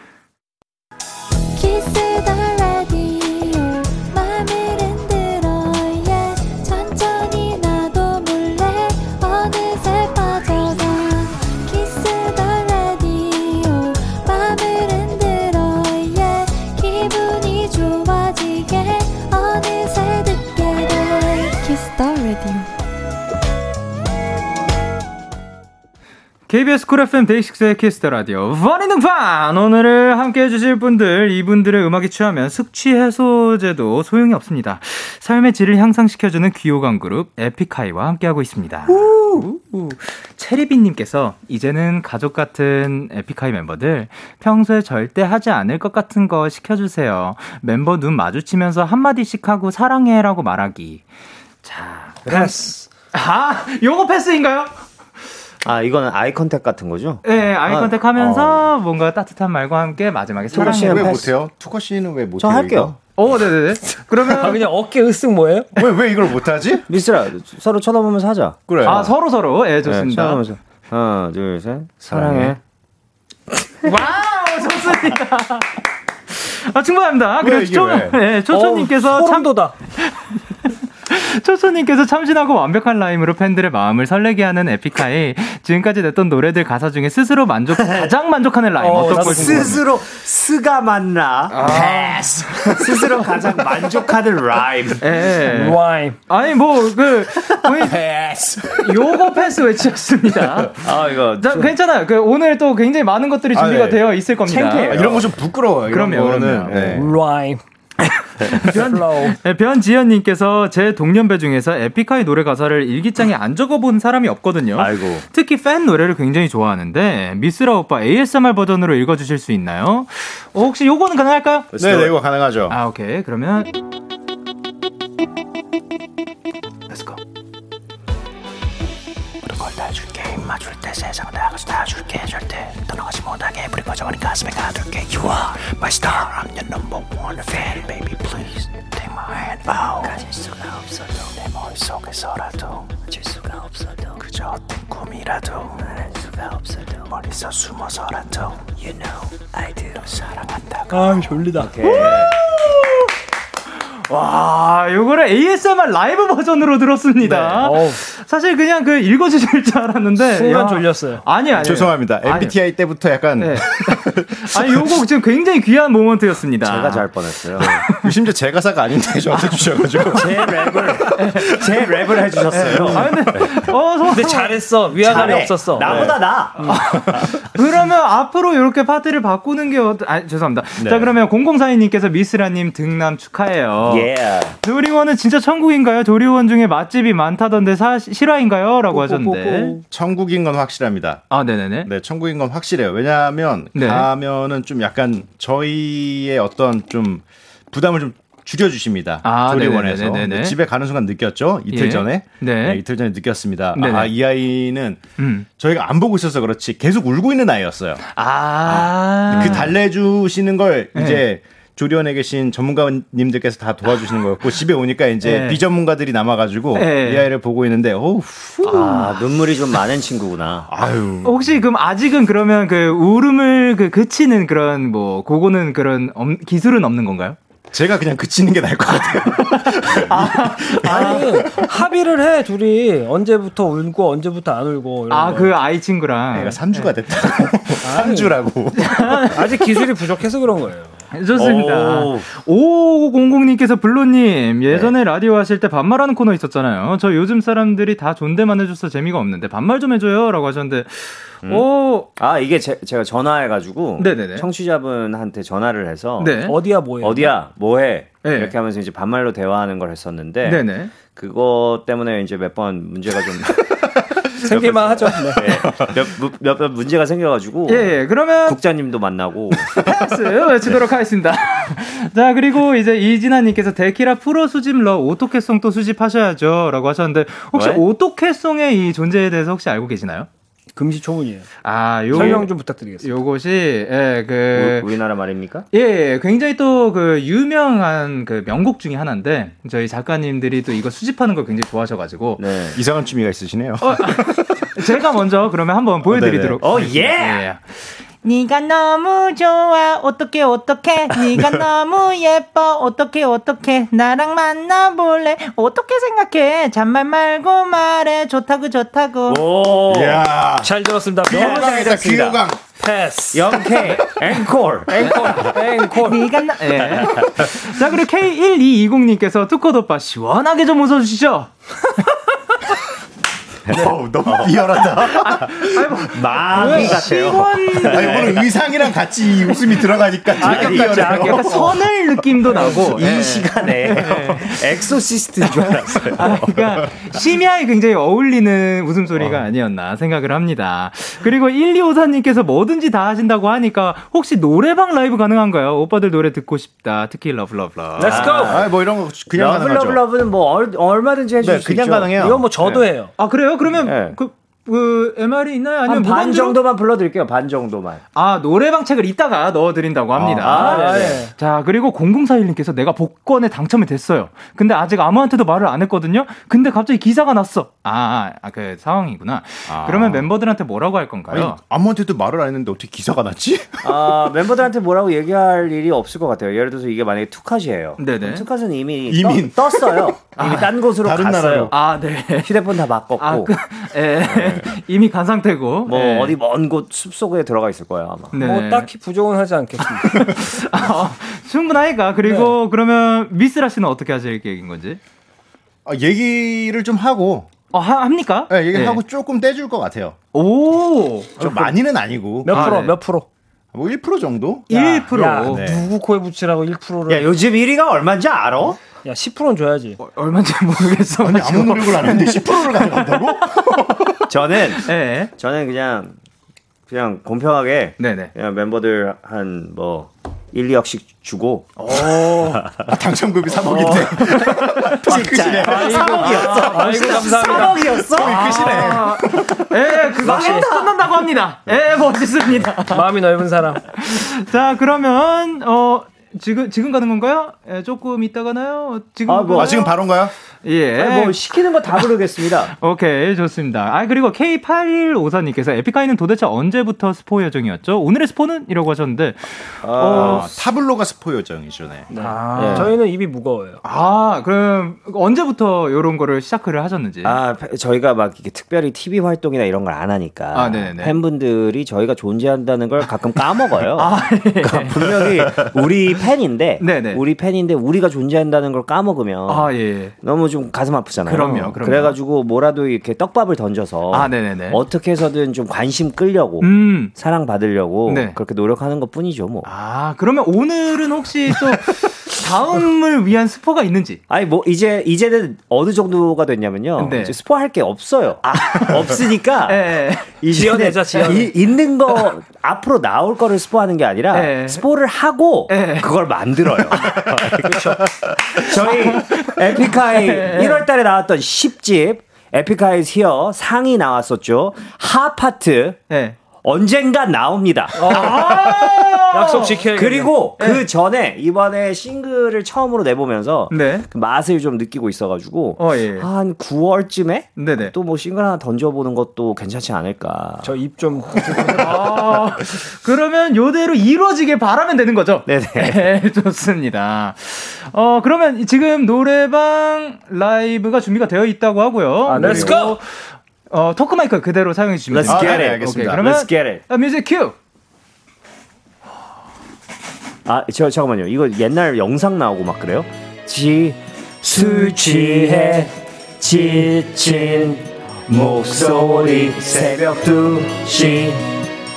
S3: KBS 쿨 FM 데이식스의 키스터 라디오 버닝등판 오늘을 함께 해주실 분들 이분들의 음악에 취하면 숙취 해소제도 소용이 없습니다 삶의 질을 향상시켜주는 귀요강 그룹 에픽하이와 함께하고 있습니다 우우. 체리비님께서 이제는 가족 같은 에픽하이 멤버들 평소에 절대 하지 않을 것 같은 거 시켜주세요 멤버 눈 마주치면서 한마디씩 하고 사랑해라고 말하기 자
S10: 패스.
S3: 아 요거 패스인가요?
S8: 아, 이거는 아이 컨택 같은 거죠?
S3: 예, 네, 아이 컨택 하면서 뭔가 따뜻한 말과 함께 마지막에
S9: 투거
S3: 사랑해.
S9: 씨는 왜 못해요? 투거 씨는 왜 못해요?
S8: 저 할게요.
S3: 어, 네네네.
S10: 아, [LAUGHS]
S3: 그러면
S10: 그냥 어깨 으쓱 뭐예요?
S9: 이거? 왜, 왜 이걸 못하지?
S8: 미스라, 서로 쳐다보면서 하자.
S9: 그래.
S3: 아, 서로 서로. 예,
S8: 네,
S3: 좋습니다.
S8: 쳐다보면서. 하나, 둘, 셋. 사랑해.
S3: 와우, 좋습니다. 아, 충분합니다.
S9: 왜,
S3: 그리고
S9: 이게
S3: 초,
S9: 왜?
S3: 예, 초초님께서
S10: 어우,
S3: 참,
S10: 소름돋아.
S3: 초초님께서 참신하고 완벽한 라임으로 팬들의 마음을 설레게 하는 에픽하이. 지금까지 냈던 노래들 가사 중에 스스로 만족, 가장 만족하는 라임.
S10: 어,
S3: 어, 떤
S10: 나도
S3: 걸
S8: 스스로 스가 만나
S3: 아.
S8: 패스 스스로 가장 만족하는 라임
S3: 예.
S10: 라임.
S3: 아니, 뭐, 그, 거의 요거 패스 외치셨습니다.
S8: 아 이거
S3: 자,
S8: 좀-
S3: 괜찮아요. 그 오늘 또 굉장히 많은 것들이 준비가
S9: 아, 네.
S3: 되어 있을 겁니다.
S9: 아, 이런 거 좀 부끄러워요. 이런
S3: 그럼요, 그럼요.
S9: 거는. 네.
S10: [LAUGHS] 라임. 플로우.
S3: 네, 변지현님께서 제 동년배 중에서 에픽하이 노래 가사를 일기장에 안 적어본 사람이 없거든요.
S8: 아이고
S3: 특히 팬 노래를 굉장히 좋아하는데 미스라 오빠 ASMR 버전으로 읽어주실 수 있나요? 어, 혹시 요거는 가능할까요?
S9: 네, 네, 이거 가능하죠.
S3: 아 오케이 그러면 Let's go.
S1: 그러니까
S10: 아, 졸리다.
S3: 와 요거를 ASMR 라이브 버전으로 들었습니다.
S10: 네. 어우,
S3: 사실 그냥 그 읽어주실 줄 알았는데 야.
S10: 순간 네, 졸렸어요.
S3: 아니 아니
S9: 죄송합니다.
S3: 네. 아니,
S9: MBTI 때부터 약간
S3: 네. 아니 요거 지금 굉장히 귀한 모먼트였습니다.
S8: 제가 잘
S3: [LAUGHS]
S8: 뻔했어요
S9: [LAUGHS] 심지어 제 가사가 아닌데 저한테 주셔가지고
S8: 제 랩을 제 랩을
S3: 아
S8: 해주셨어요
S3: 근데 어 소-
S10: 근데 잘했어. 위화감이 없었어.
S8: 나보다
S3: 네.
S8: 나
S3: 그러면 앞으로 이렇게 파트를 바꾸는 게 어, 아, 죄송합니다. 자 그러면 0042님께서 미스라님 등남 축하해요.
S8: 예.
S3: 조리원은 진짜 천국인가요? 조리원 중에 맛집이 많다던데 사, 실화인가요?라고 하셨는데.
S9: 천국인 건 확실합니다.
S3: 아 네네네.
S9: 네, 천국인 건 확실해요. 왜냐하면
S3: 네.
S9: 가면은 좀 약간 저희의 어떤 좀 부담을 좀 줄여주십니다.
S3: 아,
S9: 조리원에서
S3: 네네네네네.
S9: 근데 집에 가는 순간 느꼈죠. 이틀
S3: 예.
S9: 전에
S3: 네.
S9: 이틀 전에 느꼈습니다.
S3: 네네.
S9: 아, 이 아이는
S3: 음.
S9: 저희가 안 보고 있어서 그렇지 계속 울고 있는 아이였어요.
S3: 아.
S9: 그 달래주시는 걸
S3: 네.
S9: 이제 조리원에 계신 전문가님들께서 다 도와주시는 거였고 집에 오니까 이제
S3: 네.
S9: 비전문가들이 남아가지고
S3: 네.
S9: 이 아이를 보고 있는데 어우
S8: 아 눈물이 좀 많은 친구구나
S9: 아유
S3: 혹시 그럼 아직은 그러면 그 울음을 그 그치는 그런 뭐 그거는 그런 엄- 기술은 없는 건가요?
S9: 제가 그냥 그치는 게 나을 것 같아요.
S10: 아니, 합의를 해, 둘이. 언제부터 울고, 언제부터 안 울고. 이런
S3: 아
S10: 거.
S3: 그 아이
S8: 네.
S3: 친구랑.
S8: 아.
S9: [LAUGHS] 내가 3주가 됐다고. [LAUGHS] 3주라고.
S10: 아직 기술이 부족해서 그런 거예요.
S3: 좋습니다.
S8: 오.
S3: 5500님께서 블루님, 예전에 라디오 하실 때 반말하는 코너 있었잖아요. 저 요즘 사람들이 다 존댓만 해줘서 재미가 없는데 반말 좀 해줘요. 라고 하셨는데, 어, 오,
S8: 아 이게 제, 가 전화해가지고
S3: 네네네.
S8: 청취자분한테 전화를 해서
S3: 네.
S10: 어디야 뭐해?
S8: 어디야 뭐해
S3: 네.
S8: 이렇게 하면서 이제 반말로 대화하는 걸 했었는데
S3: 네네.
S8: 그거 때문에 이제 몇 번 문제가 좀
S10: 생길만 하죠. 네.
S8: 몇몇 몇, 번 문제가 생겨가지고
S3: 예, 예, [LAUGHS] 그러면
S8: 국장님도 만나고
S3: 패스 외치도록 하겠습니다. [LAUGHS] 자, 그리고 이제 이진아님께서 데키라 프로 수집 러 오토캐송 또 수집하셔야죠. 라고 하셨는데, 혹시
S8: 왜?
S3: 오토캐송의 이 존재에 대해서 혹시 알고 계시나요?
S10: 네. 금시초문이에요.
S3: 아, 요,
S10: 설명 좀 부탁드리겠습니다.
S3: 요것이, 예, 그,
S8: 우- 우리나라 말입니까?
S3: 예, 예, 굉장히 또 그 유명한 그 명곡 중에 하나인데, 저희 작가님들이 또 이거 수집하는 걸 굉장히 좋아하셔가지고,
S8: 네.
S9: 이상한 취미가 있으시네요.
S3: 제가 먼저 그러면 한번 보여드리도록.
S8: 어,
S3: 하겠습니다.
S8: 예!
S6: 네가 너무 좋아 어떻게 어떻게 네가 너무 예뻐 어떻게 어떻게 나랑 만나볼래 어떻게 생각해 잔말 말고 말해 좋다고 좋다고
S8: 오
S9: 이야. 네.
S10: 잘 들었습니다.
S8: 너무 잘했습니다.
S9: 귀호강.
S10: 패스.
S8: 영케 앵콜
S10: 앵콜.
S6: 네가 나...
S3: 예. [LAUGHS] 자, 그리고 K1220님께서 투컷 오빠 시원하게 좀 웃어주시죠.
S8: 네.
S9: 어우, 너무 비열하다.
S8: 마귀 같아요. 네.
S9: 아니, 오늘 의상이랑 같이 이 웃음이
S8: 아,
S9: 들어가니까 되게 비열해요.
S3: 약간 서늘 느낌도 나고.
S8: 이 시간에 엑소시스트인 줄 알았어요.
S3: 아, 그러니까 심야에 굉장히 어울리는 웃음소리가 아니었나 생각을 합니다. 그리고 1254님께서 뭐든지 다 하신다고 하니까 혹시 노래방 라이브 가능한가요? 오빠들 노래 듣고 싶다. 특히 러브 러브 러브.
S10: Let's go.
S9: 아, 뭐 이런 거 그냥 가능하죠.
S8: 러블러블러브는 뭐 얼, 얼마든지 해줄
S9: 네,
S8: 수
S9: 그냥
S8: 있죠.
S9: 가능해요. 네.
S10: 이건 뭐 저도 해요.
S3: 아, 그래요? 그러면
S8: 예.
S3: 그, 그 MR이 있나요? 아니면
S8: 한 반
S3: 무반주로?
S8: 정도만 불러드릴게요. 반 정도만.
S3: 아, 노래방 책을 이따가 넣어드린다고 합니다.
S8: 아, 네네.
S10: 예.
S3: 자, 그리고 0041님께서 내가 복권에 당첨이 됐어요. 근데 아직 아무한테도 말을 안 했거든요? 근데 갑자기 기사가 났어. 아, 아, 그 상황이구나. 그러면 멤버들한테 뭐라고 할
S9: 아니,
S3: 건가요?
S9: 아무한테도 말을 안 했는데 어떻게 기사가
S8: [LAUGHS]
S9: 났지?
S8: 아, 멤버들한테 뭐라고 얘기할 일이 없을 것 같아요. 예를 들어서 이게 만약에 투카시예요.
S3: 네네.
S8: 그럼 투카시는 이미,
S9: 이민.
S8: 떠- 떴어요. 이미 딴 곳으로
S9: 다른
S8: 갔어요.
S9: 나라로.
S3: 아, 네.
S8: 휴대폰 다 바꿨고
S3: 아, 그, 예.
S10: 네.
S3: 이미 간 상태고.
S8: 뭐
S3: 예.
S8: 어디 먼 곳 숲속에 들어가 있을 거예요 아마.
S3: 네.
S10: 뭐 딱히 부족은 하지 않겠습니다.
S3: 아, 충분하니까.
S10: 네.
S3: 그리고 그러면 미스라 씨는 어떻게 하실 계획인 건지?
S9: 아, 얘기를 좀 하고,
S3: 어, 하, 합니까?
S9: 네, 얘기를
S3: 예.
S9: 하고 조금 떼줄 것 같아요.
S3: 오!
S8: 아,
S9: 좀 많이는 아니고,
S10: 몇
S3: 아,
S10: 프로?
S3: 네.
S10: 몇 프로?
S9: 뭐 1% 정도?
S10: 야,
S3: 1%.
S10: 야,
S9: 네.
S10: 누구 코에 붙이라고 1%를?
S8: 야
S10: 야,
S8: 요즘 1위가 얼마인지 알아?
S10: 10%는 줘야지.
S3: 어, 얼마인지 모르겠어.
S9: 아니, 아무 노력을 안 했는데 10%를
S8: 아.
S9: 가져간다고?
S8: 저는
S3: [LAUGHS] 예.
S8: 저는 그냥 그냥 공평하게
S3: 네네.
S8: 그냥 멤버들 한 뭐 1, 2억씩 주고
S9: 아, 당첨금이
S8: [LAUGHS]
S9: 3억인데.
S8: 어. 아, 진짜 3억이었어.
S10: 아이고 감사합니다.
S8: 3억이었어?
S3: 아, 예, 그거 해도 끝난다고 합니다.
S10: 네.
S3: 예,
S10: [LAUGHS]
S3: 멋있습니다.
S10: 마음이 넓은 사람.
S3: 자, 그러면, 어, 지금, 지금 가는 건가요? 예, 조금 이따 가나요? 지금.
S8: 아, 뭐,
S3: 가나요?
S9: 아, 지금 바로인가요?
S3: 예.
S9: 네.
S8: 뭐 시키는 거 다 부르겠습니다.
S3: 오케이, 좋습니다. 아, 그리고 K8154님께서 에픽하이는 도대체 언제부터 스포 예정이었죠? 오늘의 스포는? 이라고 하셨는데, 어,
S9: 아, 타블로가 스포 요정이죠, 네.
S10: 아, 저희는 입이 무거워요.
S3: 아, 그럼 언제부터 요런 거를 시작을 하셨는지.
S8: 아, 페- 저희가 막 이렇게 특별히 TV 활동이나 이런 걸 안 하니까
S3: 아, 네네네.
S8: 팬분들이 저희가 존재한다는 걸
S3: [LAUGHS]
S8: 가끔 까먹어요. 그러니까 분명히 우리 팬인데
S3: 아, 네. 네네.
S8: 우리 팬인데 우리가 존재한다는 걸
S3: [LAUGHS]
S8: 까먹으면
S3: 아, 예.
S8: 너무 좀 가슴 아프잖아요.
S3: 그럼요, 그럼요.
S8: 래가지고 뭐라도 이렇게 떡밥을
S10: 어.
S8: 던져서
S3: 아, 네네네.
S8: 어떻게 해서든 좀 관심 끌려고
S3: 음.
S8: 사랑 받으려고
S3: 네.
S8: 그렇게 노력하는 것 뿐이죠, 뭐.
S3: 아, 그러면 오늘은 혹시
S10: [LAUGHS]
S3: 또 다음을 위한 스포가 있는지.
S8: 아니 뭐 이제 이제는 어느 정도가 됐냐면요.
S3: 네.
S8: 이제 스포할 게 없어요. [LAUGHS]
S10: [LAUGHS]
S8: 없으니까
S3: 예.
S10: 아. 네. 지연해자, 지연.
S8: 이- 있는 거 앞으로 나올 거를 스포하는 게 아니라
S10: 네.
S3: 예.
S8: 스포를 하고
S3: 예.
S8: 그걸
S10: [LAUGHS]
S8: 만들어요. 그렇죠. 저희 에픽하이
S10: 네.
S8: 1월달에 나왔던 10집 에픽하이 히어 상이 나왔었죠. 하파트
S3: 예.
S8: 언젠가 나옵니다.
S10: 어. 아! 약속
S3: 네.
S10: 지켜야
S8: 어. 그리고 그 전에 이번에 싱글을 처음으로 내보면서
S3: 네.
S8: 그 맛을 좀 느끼고 있어가지고
S3: 어, 예.
S8: 한 9월쯤에
S3: 네네.
S8: 또 뭐 싱글 하나 던져보는 것도 괜찮지 않을까.
S10: 저입 좀
S3: 아, 그러면 요대로 이루어지길 바라면 되는 거죠?
S8: 네네.
S3: 예, 좋습니다. 어, 그러면 지금 노래방 라이브가 준비가 되어 있다고 하고요.
S10: Let's
S3: 그리고,
S10: go.
S3: 어, 토크마이크 그대로 사용해 주시면
S8: Let's
S2: 아,
S3: 됩니다. 어,
S8: get
S9: 네,
S8: it.
S3: 오케이,
S9: 알겠습니다.
S3: 그러면
S8: Let's get it.
S3: 아, 뮤직 큐!
S8: 아, 저 잠깐만요. 이거 옛날 영상 나오고 막 그래요? 지 술 취해 지친 목소리 새벽 2시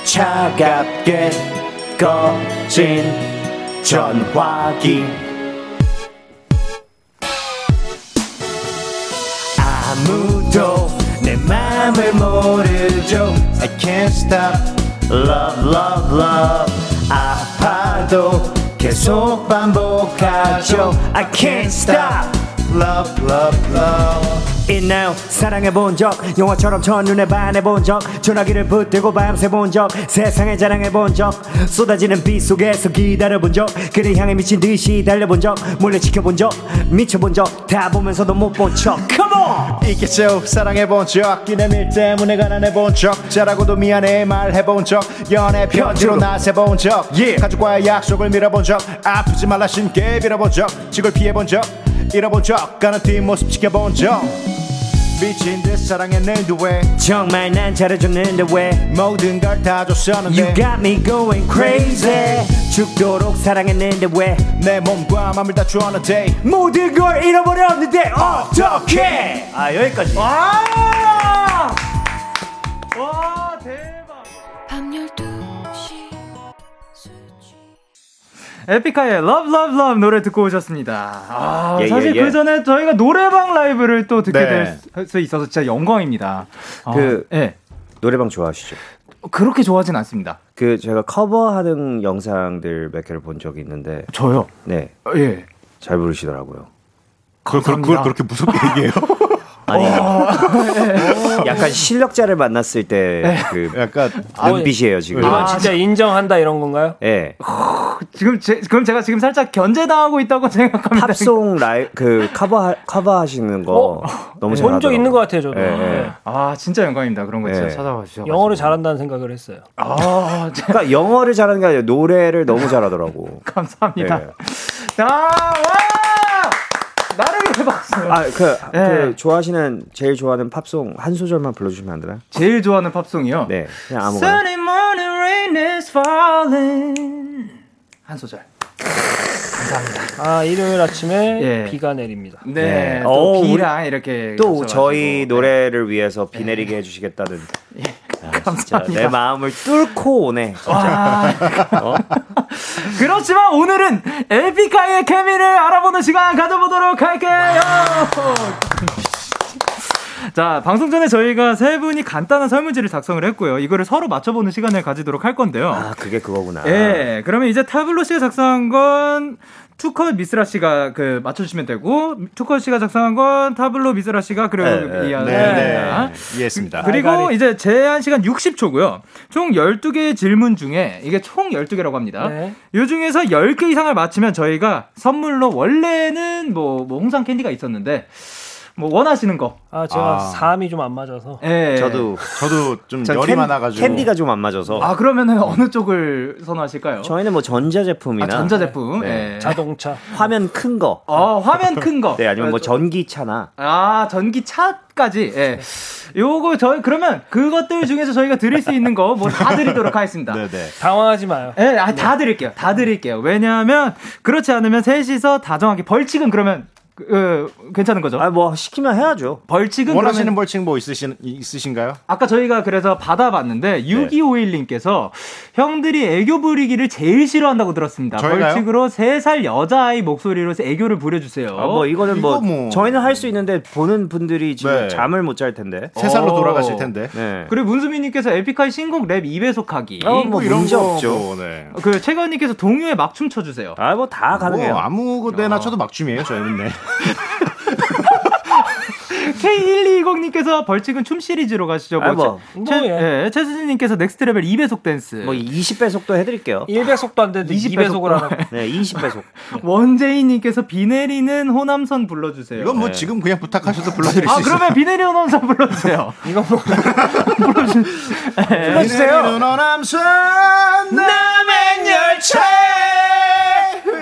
S8: 차갑게 꺼진 전화기 아무도 내 맘을 모르죠 I can't stop love love love 아파도 계속 반복하죠 I can't stop love love love 있나요 사랑해본 적 영화처럼 첫눈에 반해본 적 전화기를 붙들고 밤새 본적 세상에 자랑해본 적 쏟아지는 비 속에서 기다려본 적 그를 향해 미친 듯이 달려본 적 몰래 지켜본 적 미쳐본 적 다 보면서도 못 본척 Come on
S9: 있겠죠 사랑해본 적 기념일 때문에 가난해본 적 잘하고도 미안해 말해본 적 연애 편지로 나세본 적
S2: 예.
S9: 가족과의 약속을 밀어본 적 아프지 말라 신께 빌어본 적 직을 피해본 적 잃어본 적 가는 뒷모습 지켜본 적 미친 듯 사랑했는데 왜
S8: 정말 난 잘해줬는데 왜
S9: 모든 걸 다 줬었는데
S8: You got me going crazy 죽도록 사랑했는데 왜
S9: 내 몸과 마음을 다 주었는데
S8: 모든 걸 잃어버렸는데 어떡해 아 여기까지
S6: 아! 와 대박.
S5: 밤 12시
S3: 에픽하의 Love Love Love 노래 듣고 오셨습니다. 아,
S8: 예,
S3: 사실
S8: 예, 예.
S3: 그 전에 저희가 노래방 라이브를 또 듣게
S9: 네.
S3: 될 수 있어서 진짜 영광입니다. 아,
S8: 그-
S3: 예.
S8: 노래방 좋아하시죠?
S3: 그렇게 좋아하진 않습니다.
S8: 그 제가 커버하는 영상들 몇 개를 본 적이 있는데
S3: 저요.
S8: 네 잘
S3: 예.
S8: 부르시더라고요
S2: 그걸, 그걸, 그걸 그렇게 무섭게 얘기해요?
S8: 아니 어. [LAUGHS] 약간 실력자를 만났을 때 [LAUGHS] 그
S9: [LAUGHS] 약간
S8: 눈빛이에요 지금
S10: 이건 아, 진짜 인정한다 이런 건가요?
S8: [LAUGHS] 예
S3: 지금 제, 그럼 제가 지금 살짝 견제당하고 있다고 [LAUGHS] 생각합니다.
S8: 팝송 라이 그 커버 커버하시는 거 너무 잘하더라고요.
S10: 본 적 있는 것 같아요 저도.
S8: 예, 예.
S3: 아, 진짜 영광입니다. 그런 거 진짜
S8: 예.
S3: 찾아와 주셔.
S10: 영어를 잘한다는 생각을 했어요.
S3: 아, 진짜
S8: 그러니까 영어를 잘하는 게 아니라 노래를 너무 잘하더라고.
S3: 감사합니다.
S8: 예.
S3: 아, 와! 나를 위해 박수.
S8: 아, 그,
S3: 예.
S8: 그 좋아하시는 제일 좋아하는 팝송 한 소절만 불러주시면 안 되나? 요
S3: 제일 좋아하는 팝송이요.
S8: 네, 그냥 아무거나.
S3: Sunny morning rain is falling. 한 소절.
S10: 아 일요일 아침에
S3: 예.
S10: 비가 내립니다.
S3: 네.
S8: 네.
S3: 또
S8: 어우,
S3: 비랑 이렇게
S8: 또
S3: 겹쳐가지고.
S8: 저희 노래를 위해서 비 내리게 [LAUGHS] 해주시겠다는. 아, 진짜 내 마음을 뚫고 오네.
S3: 와. 그렇지만 오늘은 에픽하의 케미를 알아보는 시간 가져보도록 할게요. 자, 방송 전에 저희가 세 분이 간단한 설문지를 작성을 했고요. 이거를 서로 맞춰보는 시간을 가지도록 할 건데요.
S8: 아, 그게 그거구나.
S3: 예, 그러면 이제 타블로 씨가 작성한 건 투컷 미스라 씨가 그 맞춰주시면 되고 투컷 씨가 작성한 건 타블로 미스라 씨가 그리고
S8: 네,
S3: 이해하
S9: 네,
S3: 니다
S9: 네. 이해했습니다
S3: 그리고 이제 제한 시간 60초고요. 총 12개의 질문 중에 이게 총 12개라고 합니다.
S10: 네.
S3: 요 중에서 10개 이상을 맞히면 저희가 선물로 원래는 뭐, 뭐 홍삼 캔디가 있었는데 뭐 원하시는 거.
S10: 아 제가
S9: 아.
S10: 삶이 좀 안 맞아서.
S3: 예.
S8: 저도.
S9: 그, 저도 좀
S8: 전
S9: 열이
S8: 캔-
S9: 많아가지고
S8: 캔디가 좀 안 맞아서.
S3: 아, 그러면은 어느 쪽을 선호하실까요?
S8: 저희는 뭐 전자제품이나
S3: 아, 전자제품.
S8: 네.
S3: 예.
S10: 자동차.
S8: 화면 큰 거.
S3: 어, 화면 큰 거.
S8: 네, 아니면 뭐 전기차나.
S3: 아, 전기차까지.
S9: 네.
S3: 예. 요거 저희 그러면 그것들 중에서 저희가 드릴 수 있는 거 뭐 다 드리도록 하겠습니다.
S9: 네네
S10: 당황하지 마요.
S3: 예, 아, 다 드릴게요. 다 드릴게요. 왜냐하면 그렇지 않으면 셋이서 다정하게 벌칙은 그러면 그, 어, 괜찮은 거죠.
S8: 아, 뭐 시키면 해야죠.
S3: 벌칙은
S9: 원하시는
S3: 그러면
S9: 벌칙 뭐 있으신 있으신가요?
S3: 아까 저희가 그래서
S9: 네.
S3: 받아봤는데 6251님께서 형들이 애교 부리기를 제일 싫어한다고 들었습니다.
S9: 저희가요?
S3: 벌칙으로 3살 여자아이 목소리로 애교를 부려주세요.
S8: 아, 뭐 이거는 뭐,
S9: 어? 이거 뭐.
S8: 저희는 할 수 있는데 보는 분들이 지금
S9: 네.
S8: 잠을 못 잘 텐데.
S9: 세 살로
S3: 오.
S9: 돌아가실 텐데.
S8: 네.
S3: 어. 그리고 문수민님께서 에픽하이 신곡 랩 2배속하기.
S8: 어, 뭐 문제
S9: 거
S8: 없죠.
S9: 뭐, 네.
S3: 그 최가은님께서 동요에 막 춤춰주세요.
S8: 아, 뭐 다 가능해요.
S9: 뭐 아무거나 쳐도 막춤이에요, 저희는. 네.
S3: K1220님께서 벌칙은 춤 시리즈로 가시죠.
S8: 아,
S3: 벌칙.
S8: 뭐.
S3: 최,
S10: 뭐, 예.
S3: 예, 최수진님께서 넥스트 레벨 2배속 댄스.
S8: 뭐 20배속도 해드릴게요.
S10: 1배속도 안 되는데
S3: 20
S10: 2배속을 하라고.
S8: 네, 20배속.
S3: 원재인님께서 비 내리는 호남선 불러주세요.
S9: 이건 뭐
S8: 네.
S9: 지금 그냥 부탁하셔도 불러드릴
S3: 아
S9: 수 있어요.
S3: 그러면 비 내리는 호남선 불러주세요.
S10: 이건 뭐
S9: 불러주세요. 남산 남행 열차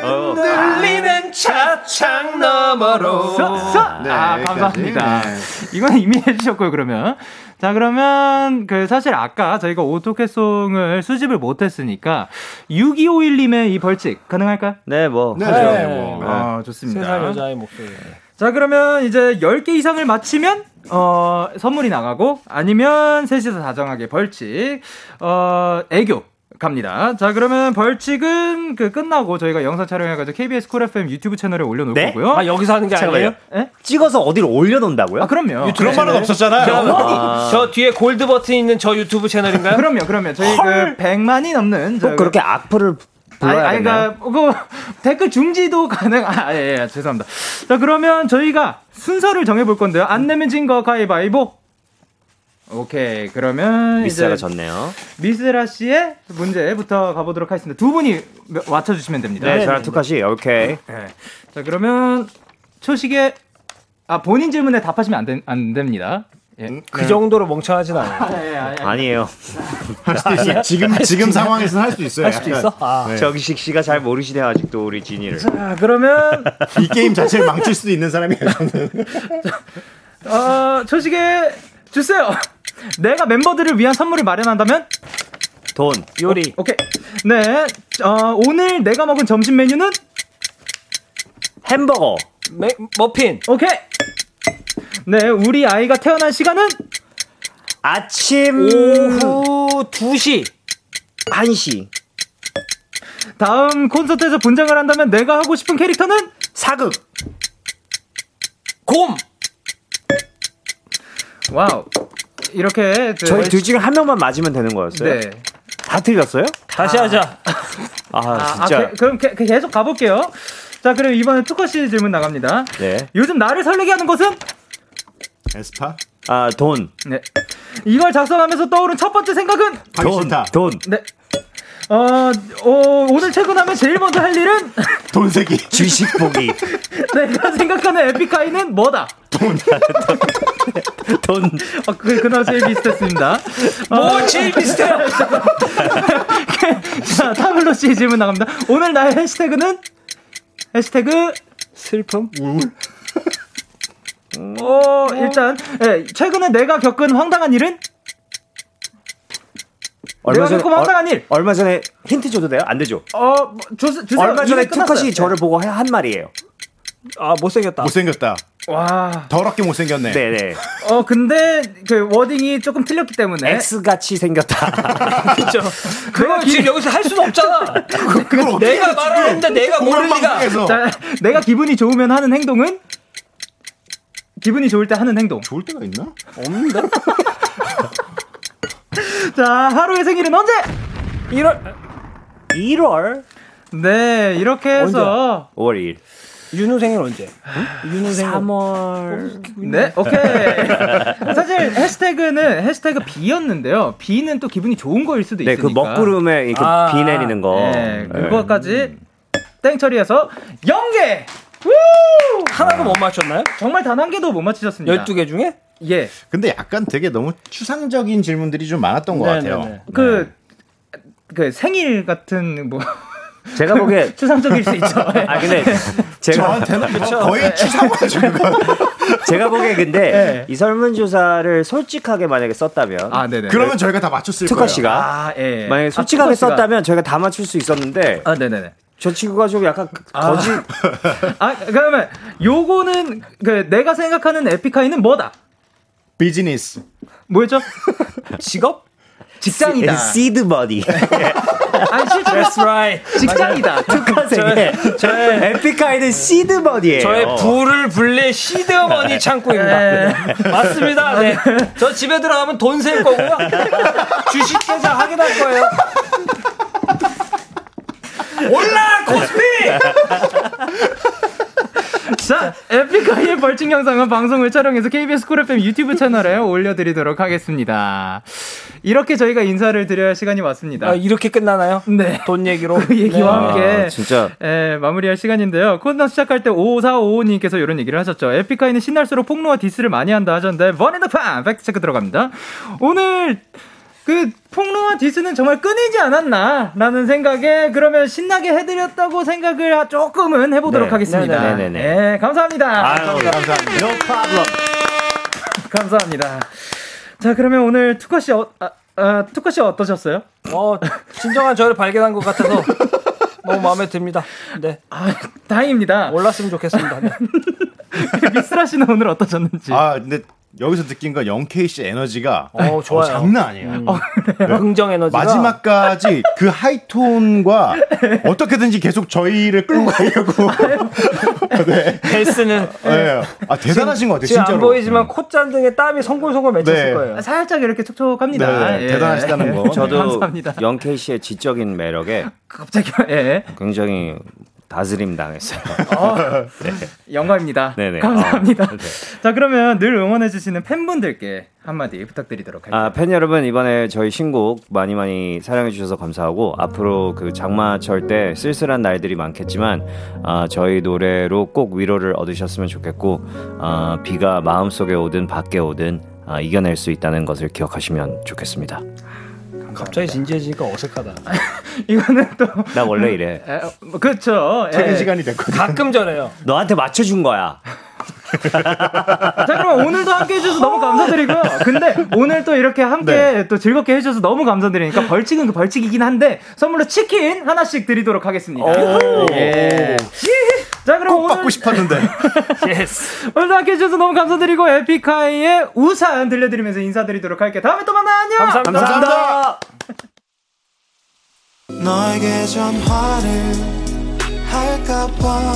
S8: 어.
S10: 흔들리는 차창 너머로
S3: 서, 서.
S9: 네,
S3: 아
S9: 여기까지.
S3: 감사합니다.
S9: 네.
S3: 이건 이미 해주셨고요 그러면 자, 그러면 그 사실 아까 저희가 오토캐송을 수집을 못했으니까 6251님의 이 벌칙 가능할까요?
S8: 네, 뭐.
S3: 네,
S8: 하죠.
S3: 네, 뭐.
S8: 네.
S3: 아, 좋습니다.
S10: 예. 세상 여자의 목소리.
S3: 자, 그러면 이제 10개 이상을 맞히면, 어, 선물이 나가고, 아니면 셋이서 다정하게 벌칙, 어, 애교. 갑니다. 자, 그러면 벌칙은 그 끝나고 저희가 영상 촬영해가지고 KBS 쿨 FM 유튜브 채널에 올려놓을
S8: 네?
S3: 거고요.
S8: 아, 여기서 하는 게
S3: 잠깐만요.
S8: 아니에요? 찍어서 어디로 올려놓는다고요?
S3: 아, 그럼요.
S8: 유튜브 그런
S9: 네.
S8: 말은 없었잖아요.
S10: 저, 어디?
S8: 아.
S10: 저 뒤에 골드 버튼 있는 저 유튜브 채널인가요?
S3: 아, 그럼요, 그럼요. 저희 그 100만이 넘는 저
S10: 꼭 그렇게
S8: 악플을
S3: 아니,
S10: 불러야
S3: 아니, 그러니까 그 댓글 중지도 가능. 아, 예, 예, 죄송합니다. 자, 그러면 저희가 순서를 정해볼 건데요. 안 내면 진 거 가위바위보. 오케이, 그러면
S8: 미스가
S3: 이제
S8: 졌네요.
S3: 미스라 씨의 문제부터 가보도록 하겠습니다. 두 분이 맞춰주시면 됩니다.
S8: 네, 저랑 투카씨, 오케이.
S3: 네. 자, 그러면 초식에 아 본인 질문에 답하시면 안, 된- 안 됩니다. 예.
S10: 그 정도로 멍청하진 않아요.
S8: 아니에요.
S10: 할수 있어요. 지금- 지금 상황에서는 할수 있어요, 할수 약간. 있어? 아. 네.
S8: 정식 씨가 잘 모르시네요, 아직도 우리 진이를.
S3: 자, 그러면
S9: 이 게임 자체를 망칠 수도 있는 사람이에요.
S3: 어, 초식에 주세요. 내가 멤버들을 위한 선물을 마련한다면
S8: 돈,
S3: 요리. 오케이. 네. 어, 오늘 내가 먹은 점심 메뉴는
S8: 햄버거.
S10: 네,
S3: 머핀. 오케이. 네, 우리 아이가 태어난 시간은
S8: 아침
S3: 오후 2시
S8: 1시.
S3: 다음 콘서트에서 분장을 한다면 내가 하고 싶은 캐릭터는 사극. 곰. 와우. 이렇게 그-
S8: 저희 둘 중에 한 명만 맞으면 되는 거였어요?
S3: 네.
S8: 다 틀렸어요?
S3: 다시 하자.
S8: 아,
S3: 아,
S8: 진짜.
S3: 그, 럼 계속 가볼게요. 자, 그럼 이번에 투커 씨 질문 나갑니다.
S8: 네.
S3: 요즘 나를 설레게 하는 것은
S8: 에스파? 아, 돈.
S3: 네. 이걸 작성하면서 떠오른 첫 번째 생각은
S8: 돈. 돈.
S3: 네. 어, 어, 오늘 퇴근하면 제일 먼저 할 일은 [LAUGHS]
S8: 돈 세기. 주식 [LAUGHS] 보기.
S3: 내가 생각하는 에픽하이는 뭐다?
S8: 돈. 돈.
S3: 어, 그, 그나마 제일 비슷했습니다. 어.
S11: 뭐 제일 비슷해요?
S3: [LAUGHS] 자, 타블로 씨 질문 나갑니다. 오늘 나의 해시태그는? 해시태그 슬픔? 우울? 어, 일단, 예, 최근에 내가 겪은 황당한 일은? 내가 겪은 황당한 일!
S8: 얼마 전에 힌트 줘도 돼요? 안 되죠?
S3: 어, 뭐, 주, 주세요.
S8: 얼마 전에
S3: 이미
S8: 투카
S3: 끝났어요. 네.
S8: 씨 저를 보고 하- 한 말이에요.
S10: 아, 못생겼다.
S9: 못생겼다.
S3: 와.
S9: 더럽게 못생겼네.
S8: 네네.
S3: 어, 근데, 그, 워딩이 조금 틀렸기 때문에.
S8: X같이 생겼다. [LAUGHS]
S3: 그죠.
S10: 그거 지금 여기서 할 수는 [LAUGHS] 없잖아. 내가 말을 했는데 내가 모를 리가.
S3: [LAUGHS] 자, 내가 기분이 좋으면 하는 행동은? 기분이 좋을 때 하는 행동. 좋을 때가 있나? 없는데? 자, 하루의 생일은 언제? 1월.
S8: 1월?
S3: 네, 이렇게 해서.
S8: 5월 2일.
S10: 윤우 생일 언제? 윤우 생일
S8: 3월.
S3: 네, 오케이.
S8: [LAUGHS]
S3: 사실 해시태그는 해시태그 B였는데요. B는 또 기분이 좋은 거일 수도
S8: 네,
S3: 있으니까. 아,
S8: 그 먹구름에 이렇게 비 내리는 거.
S3: 네,
S8: 네.
S3: 그거까지 땡처리해서 연계. 우!
S10: 하나도 못 맞췄나요?
S3: 정말 단 한 개도 못 맞히셨습니다.
S10: 12개 중에?
S3: 예.
S9: 근데 약간 되게 너무 추상적인 질문들이 좀 많았던 것
S3: 네네네.
S9: 같아요.
S3: 그,
S8: 네.
S3: 그 생일 같은 뭐
S8: 제가
S3: [LAUGHS]
S8: 보기에
S3: 추상적일
S8: [LAUGHS]
S3: 수 있죠. 예.
S8: 아 근데 제가
S9: 저한테는 뭐
S10: 네.
S9: 거의 추상화 준
S10: [LAUGHS]
S9: 거.
S8: [LAUGHS] 제가 보기에 근데 이 설문조사를 솔직하게 만약에 썼다면
S3: 네. 아, 네네.
S9: 그러면 저희가 다 맞췄을
S8: 특화
S9: 거예요.
S8: 씨가
S3: 아, 예.
S8: 만약에
S3: 아,
S8: 솔직하게
S3: 특화 씨가.
S8: 썼다면 저희가 다 맞출 수 있었는데
S3: 아 네네네.
S8: 저 친구가 좀 약간 거지
S3: 아 그러면 요거는 그 내가 생각하는 에픽하이는 뭐다?
S9: 비즈니스.
S3: 뭐였죠?
S10: [LAUGHS] 직업?
S3: 직장이다. [LAUGHS]
S8: 시드 버디
S3: 아니 실제로
S10: That's right.
S3: 직장이다.
S8: 특화 생에
S10: 저의- 저의-
S8: 에픽하이는 시드 버디예요.
S10: 저의 네, 불을 불릴 시드머니 창고입니다. 네. 맞습니다. 네. 저 집에 들어가면 돈 셀 [LAUGHS] 거고요. 주식 계좌 확인할 거예요. 올라 코스피!
S3: [LAUGHS] 자, 에픽하이의 벌칙 영상은 방송을 촬영해서 KBS 쿨 FM 유튜브 채널에 올려드리도록 하겠습니다. 이렇게 저희가 인사를 드려야 할 시간이 왔습니다.
S10: 아, 이렇게 끝나나요?
S3: 네.
S10: 돈 얘기로.
S3: 그 얘기와 함께
S8: 네. 아, 진짜
S3: 예, 마무리할 시간인데요. 코너 시작할 때 5455님께서 이런 얘기를 하셨죠. 에픽하이는 신날수록 폭로와 디스를 많이 한다 하셨는데 원앤더판 팩트 체크 들어갑니다. 오늘 그 폭로와 디스는 정말 끊이지 않았나라는 생각에 그러면 신나게 해드렸다고 생각을 조금은 해보도록
S8: 네.
S3: 하겠습니다.
S8: 네네네. 아.
S3: 예, 감사합니다.
S8: 아유, 감사합니다. No problem.
S3: 감사합니다.
S12: 자, 그러면 오늘 투카 씨, 어, 아, 아, 투카 씨 어떠셨어요?
S10: 어, 진정한 저를 발견한 것 같아서 너무 마음에 듭니다. 네.
S12: 아, 다행입니다.
S3: [LAUGHS]
S10: 올랐으면 좋겠습니다. 네.
S12: 미스라 씨는 오늘 어떠셨는지.
S9: 아, 근데 여기서 느낀 건 영케이 씨 에너지가
S10: 어, 좋아요.
S9: 장난 아니에요. 어,
S10: 그래요? [LAUGHS] 긍정 에너지가
S9: 마지막까지 그
S10: [LAUGHS]
S9: 하이톤과 어떻게든지 계속 저희를 끌고 가려고. 네.
S10: 베스는
S9: 네. 아, 대단하신 것 같아요,
S10: 지금
S9: 진짜로.
S10: 안 보이지만 콧잔 등에 땀이 송골송골 맺혔을
S9: 네.
S10: 거예요.
S12: 아, 살짝 이렇게 촉촉합니다. 예.
S9: 네,
S12: [LAUGHS]
S9: 대단하시다는 거.
S8: 뭐 저도
S12: 감사합니다.
S8: 영케이 씨의 지적인 매력에
S12: 갑자기 예.
S8: 굉장히 다스림 당했어요.
S12: 영광입니다.
S8: 네네.
S12: 감사합니다.
S9: 아,
S8: 어, 네.
S12: [LAUGHS] 자, 그러면 늘 응원해주시는 팬분들께 한마디 부탁드리도록 할게요.
S8: 아, 팬 여러분 이번에 저희 신곡 많이 많이 사랑해 주셔서 감사하고 앞으로 그 장마철 때 쓸쓸한 날들이 많겠지만 아, 저희 노래로 꼭 위로를 얻으셨으면 좋겠고 아, 비가 마음속에 오든 밖에 오든 아, 이겨낼 수 있다는 것을 기억하시면 좋겠습니다.
S10: 갑자기 진지해지니까 어색하다.
S12: 이거는 또.
S8: 나 원래 이래.
S12: 에, 뭐, 그렇죠. 예.
S10: 네.
S9: 퇴근 시간이 됐거든요.
S10: 가끔 저래요.
S8: 너한테 맞춰준 거야.
S12: 자, 그럼 오늘도 함께 해주셔서 너무 감사드리고요. 근데 오늘 또 이렇게 함께
S9: 아. 네.
S12: 또 즐겁게 해주셔서 너무 감사드리니까 벌칙은 그 벌칙이긴 한데 선물로 치킨 하나씩 드리도록 하겠습니다. 예. 자, 그럼
S9: 어. 꼭
S12: 오늘
S9: 받고 싶었는데.
S10: 예스.
S12: 오늘도 함께 해주셔서 너무 감사드리고 에픽하이의 우산 들려드리면서 인사드리도록 할게요. 다음에 또 만나요. 안녕.
S10: 감사합니다.
S9: 감사합니다.
S1: 너에게 전화를 할까봐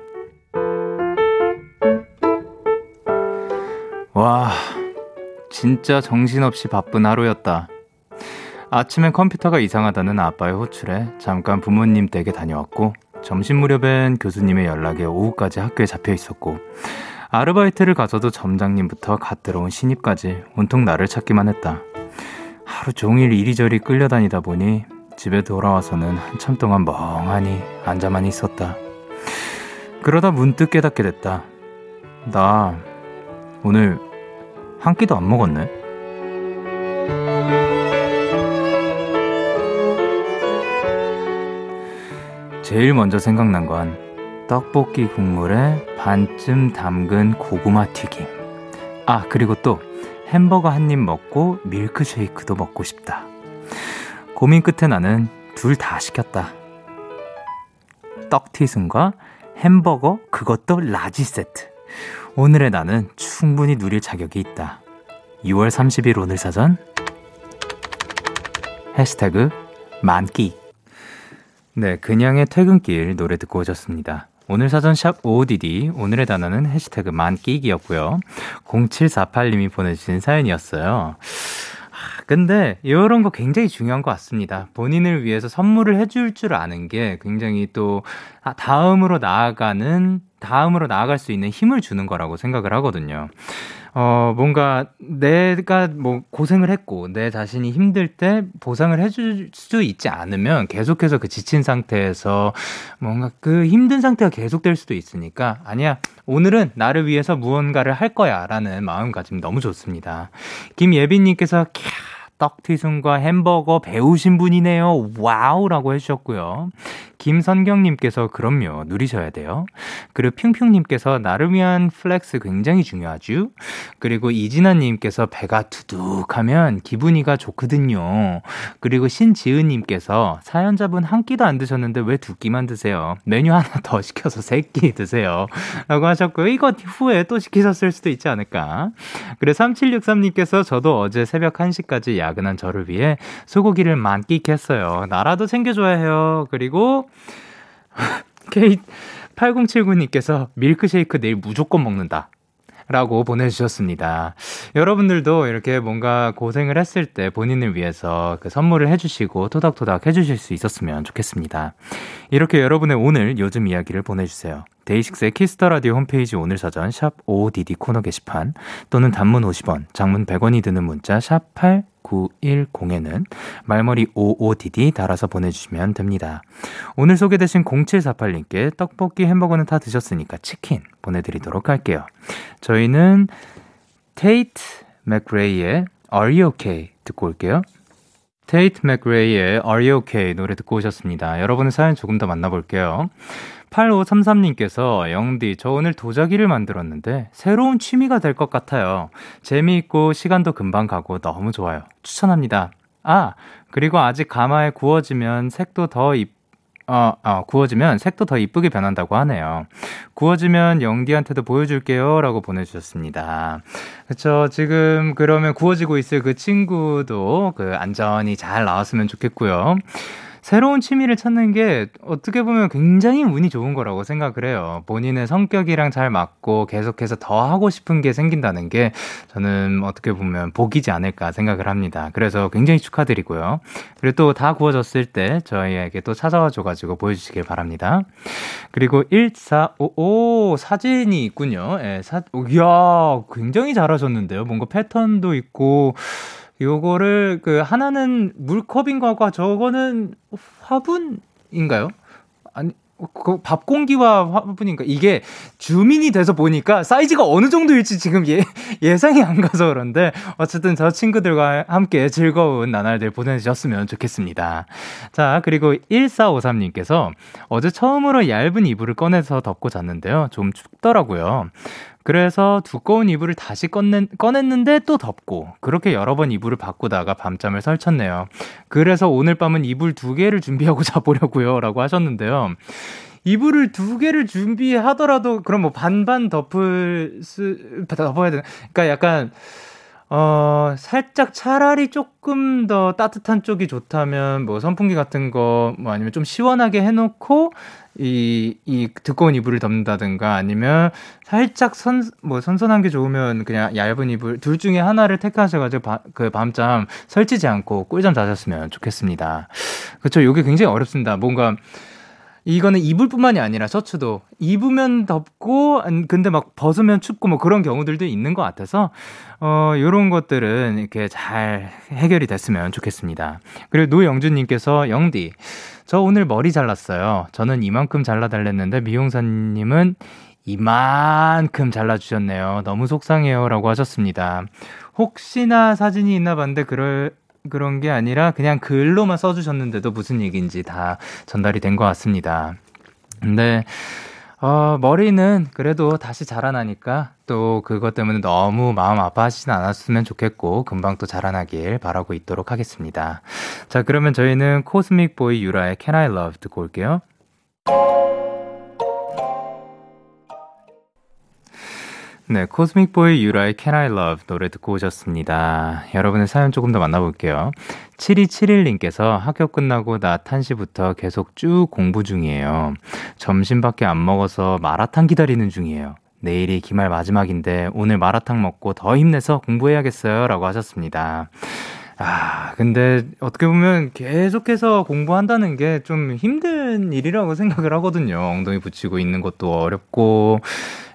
S3: 와, 진짜 정신없이 바쁜 하루였다. 아침엔 컴퓨터가 이상하다는 아빠의 호출에 잠깐 부모님 댁에 다녀왔고, 점심 무렵엔 교수님의 연락에 오후까지 학교에 잡혀 있었고, 아르바이트를 가서도 점장님부터 갓 들어온 신입까지 온통 나를 찾기만 했다. 하루 종일 이리저리 끌려다니다 보니 집에 돌아와서는 한참 동안 멍하니 앉아만 있었다. 그러다 문득 깨닫게 됐다. 나 오늘 한 끼도 안 먹었네. 제일 먼저 생각난 건 떡볶이 국물에 반쯤 담근 고구마 튀김. 아, 그리고 또 햄버거 한 입 먹고 밀크쉐이크도 먹고 싶다. 고민 끝에 나는 둘 다 시켰다. 떡튀순과 햄버거 그것도 라지 세트. 오늘의 나는 충분히 누릴 자격이 있다. 6월 30일 오늘 사전 해시태그 만기 네, 그냥의 퇴근길 노래 듣고 오셨습니다. 오늘 사전 샵 ODD 오늘의 단어는 해시태그 만끼기였고요. 0748님이 보내주신 사연이었어요. 아, 근데 이런 거 굉장히 중요한 것 같습니다. 본인을 위해서 선물을 해줄 줄 아는 게 굉장히 또 아, 다음으로 나아가는 다음으로 나아갈 수 있는 힘을 주는 거라고 생각을 하거든요. 어, 뭔가 내가 뭐 고생을 했고 내 자신이 힘들 때 보상을 해줄 수 있지 않으면 계속해서 그 지친 상태에서 뭔가 그 힘든 상태가 계속될 수도 있으니까 아니야. 오늘은 나를 위해서 무언가를 할 거야 라는 마음가짐 너무 좋습니다. 김예빈님께서 캬, 떡튀순과 햄버거 배우신 분이네요. 와우! 라고 해주셨고요. 김선경님께서 그럼요. 누리셔야 돼요. 그리고 핑핑님께서 나를 위한 플렉스 굉장히 중요하죠. 그리고 이진아님께서 배가 두둑하면 기분이가 좋거든요. 그리고 신지은님께서 사연자분 한 끼도 안 드셨는데 왜 두 끼만 드세요? 메뉴 하나 더 시켜서 세 끼 드세요. 라고 하셨고요. 이거 후에 또 시키셨을 수도 있지 않을까. 그래서 3763님께서 저도 어제 새벽 1시까지 야근한 저를 위해 소고기를 만끽했어요. 나라도 챙겨줘야 해요. 그리고 [LAUGHS] K 8079님께서 밀크쉐이크 내일 무조건 먹는다. 라고 보내주셨습니다. 여러분들도 이렇게 뭔가 고생을 했을 때 본인을 위해서 그 선물을 해주시고 토닥토닥 해주실 수 있었으면 좋겠습니다. 이렇게 여러분의 오늘 요즘 이야기를 보내주세요. 데이식스의 키스터라디오 홈페이지 오늘 사전 샵 55DD 코너 게시판 또는 단문 50원, 장문 100원이 드는 문자 샵 8910 8910에는 말머리 55DD 달아서 보내주시면 됩니다. 오늘 소개되신 0748님께 떡볶이 햄버거는 다 드셨으니까 치킨 보내드리도록 할게요. 저희는 테이트 맥레이의 Are You Okay 듣고 올게요. 테이트 맥레이의 Are You Okay 노래 듣고 오셨습니다. 여러분의 사연 조금 더 만나볼게요. 8533님께서 영디 저 오늘 도자기를 만들었는데 새로운 취미가 될 것 같아요. 재미있고 시간도 금방 가고 너무 좋아요. 추천합니다. 아 그리고 아직 가마에 구워지면 색도 더 이, 어, 어, 구워지면 색도 더 이쁘게 변한다고 하네요. 구워지면 영디한테도 보여줄게요라고 보내주셨습니다. 그쵸 지금 그러면 구워지고 있을 그 친구도 그 안전히 잘 나왔으면 좋겠고요. 새로운 취미를 찾는 게 어떻게 보면 굉장히 운이 좋은 거라고 생각을 해요. 본인의 성격이랑 잘 맞고 계속해서 더 하고 싶은 게 생긴다는 게 저는 어떻게 보면 복이지 않을까 생각을 합니다. 그래서 굉장히 축하드리고요. 그리고 또 다 구워졌을 때 저희에게 또 찾아와 줘가지고 보여주시길 바랍니다. 그리고 1455 사진이 있군요. 예, 사, 이야, 굉장히 잘하셨는데요. 뭔가 패턴도 있고, 요거를 그 하나는 물컵인 거고 저거는 화분인가요? 아니 그 밥 공기와 화분인가 이게 주민이 돼서 보니까 사이즈가 어느 정도일지 지금 예, [LAUGHS] 예상이 안 가서 그런데 어쨌든 저 친구들과 함께 즐거운 나날들 보내셨으면 좋겠습니다. 자 그리고 1453님께서 어제 처음으로 얇은 이불을 꺼내서 덮고 잤는데요. 좀 춥더라고요. 그래서 두꺼운 이불을 다시 꺼낸, 꺼냈는데 또 덮고 그렇게 여러 번 이불을 바꾸다가 밤잠을 설쳤네요. 그래서 오늘 밤은 이불 두 개를 준비하고 [LAUGHS] 자보려고요 라고 하셨는데요. 이불을 두 개를 준비하더라도 그럼 뭐 반반 덮을 수 덮어야 되나? 그러니까 약간 어 살짝 차라리 조금 더 따뜻한 쪽이 좋다면 뭐 선풍기 같은 거 뭐 아니면 좀 시원하게 해놓고 이, 이 두꺼운 이불을 덮는다든가 아니면 살짝 선, 뭐 선선한 게 좋으면 그냥 얇은 이불 둘 중에 하나를 택하셔가지고 바, 그 밤잠 설치지 않고 꿀잠 자셨으면 좋겠습니다. 그쵸. 요게 굉장히 어렵습니다. 뭔가 이거는 이불뿐만이 아니라 셔츠도 입으면 덥고 안- 근데 막 벗으면 춥고 뭐 그런 경우들도 있는 것 같아서 어 요런 것들은 이렇게 잘 해결이 됐으면 좋겠습니다. 그리고 노영준 님께서 영디 저 오늘 머리 잘랐어요. 저는 이만큼 잘라달랬는데 미용사님은 이만큼 잘라주셨네요. 너무 속상해요. 라고 하셨습니다. 혹시나 사진이 있나 봤는데 그럴, 그런 게 아니라 그냥 글로만 써주셨는데도 무슨 얘기인지 다 전달이 된 것 같습니다. 근데, 어, 머리는 그래도 다시 자라나니까 또 그것 때문에 너무 마음 아파하시진 않았으면 좋겠고 금방 또 자라나길 바라고 있도록 하겠습니다. 자, 그러면 저희는 코스믹 보이 유라의 Can I Love 듣고 올게요. 네, 코스믹 보이 유라의 Can I Love 노래 듣고 오셨습니다. 여러분의 사연 조금 더 만나볼게요. 7271님께서 학교 끝나고 낮 1시부터 계속 쭉 공부 중이에요. 점심밖에 안 먹어서 마라탕 기다리는 중이에요. 내일이 기말 마지막인데 오늘 마라탕 먹고 더 힘내서 공부해야겠어요. 라고 하셨습니다. 아, 근데 어떻게 보면 계속해서 공부한다는 게 좀 힘든 일이라고 생각을 하거든요. 엉덩이 붙이고 있는 것도 어렵고,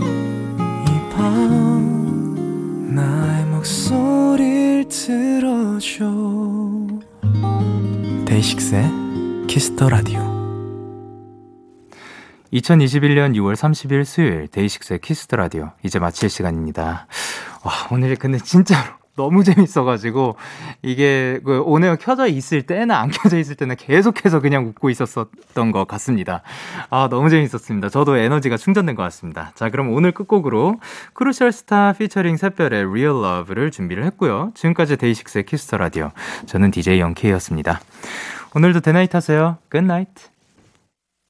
S3: 어,
S1: 이밤 나의 목소리를 들어줘 데이식스의 키스터 라디오
S3: 2021년 6월 30일 수요일 데이식스의 키스트 라디오 이제 마칠 시간입니다. 와 오늘 근데 진짜로 너무 재밌어가지고 이게 그 오늘 켜져 있을 때나 안 켜져 있을 때나 계속해서 그냥 웃고 있었던 것 같습니다. 아 너무 재밌었습니다. 저도 에너지가 충전된 것 같습니다. 자 그럼 오늘 끝곡으로 크루셜 스타 피처링 샛별의 리얼 러브를 준비를 했고요. 지금까지 데이식스의 키스터 라디오 저는 DJ 영케이였습니다. 오늘도 대나잇 하세요. 굿나잇.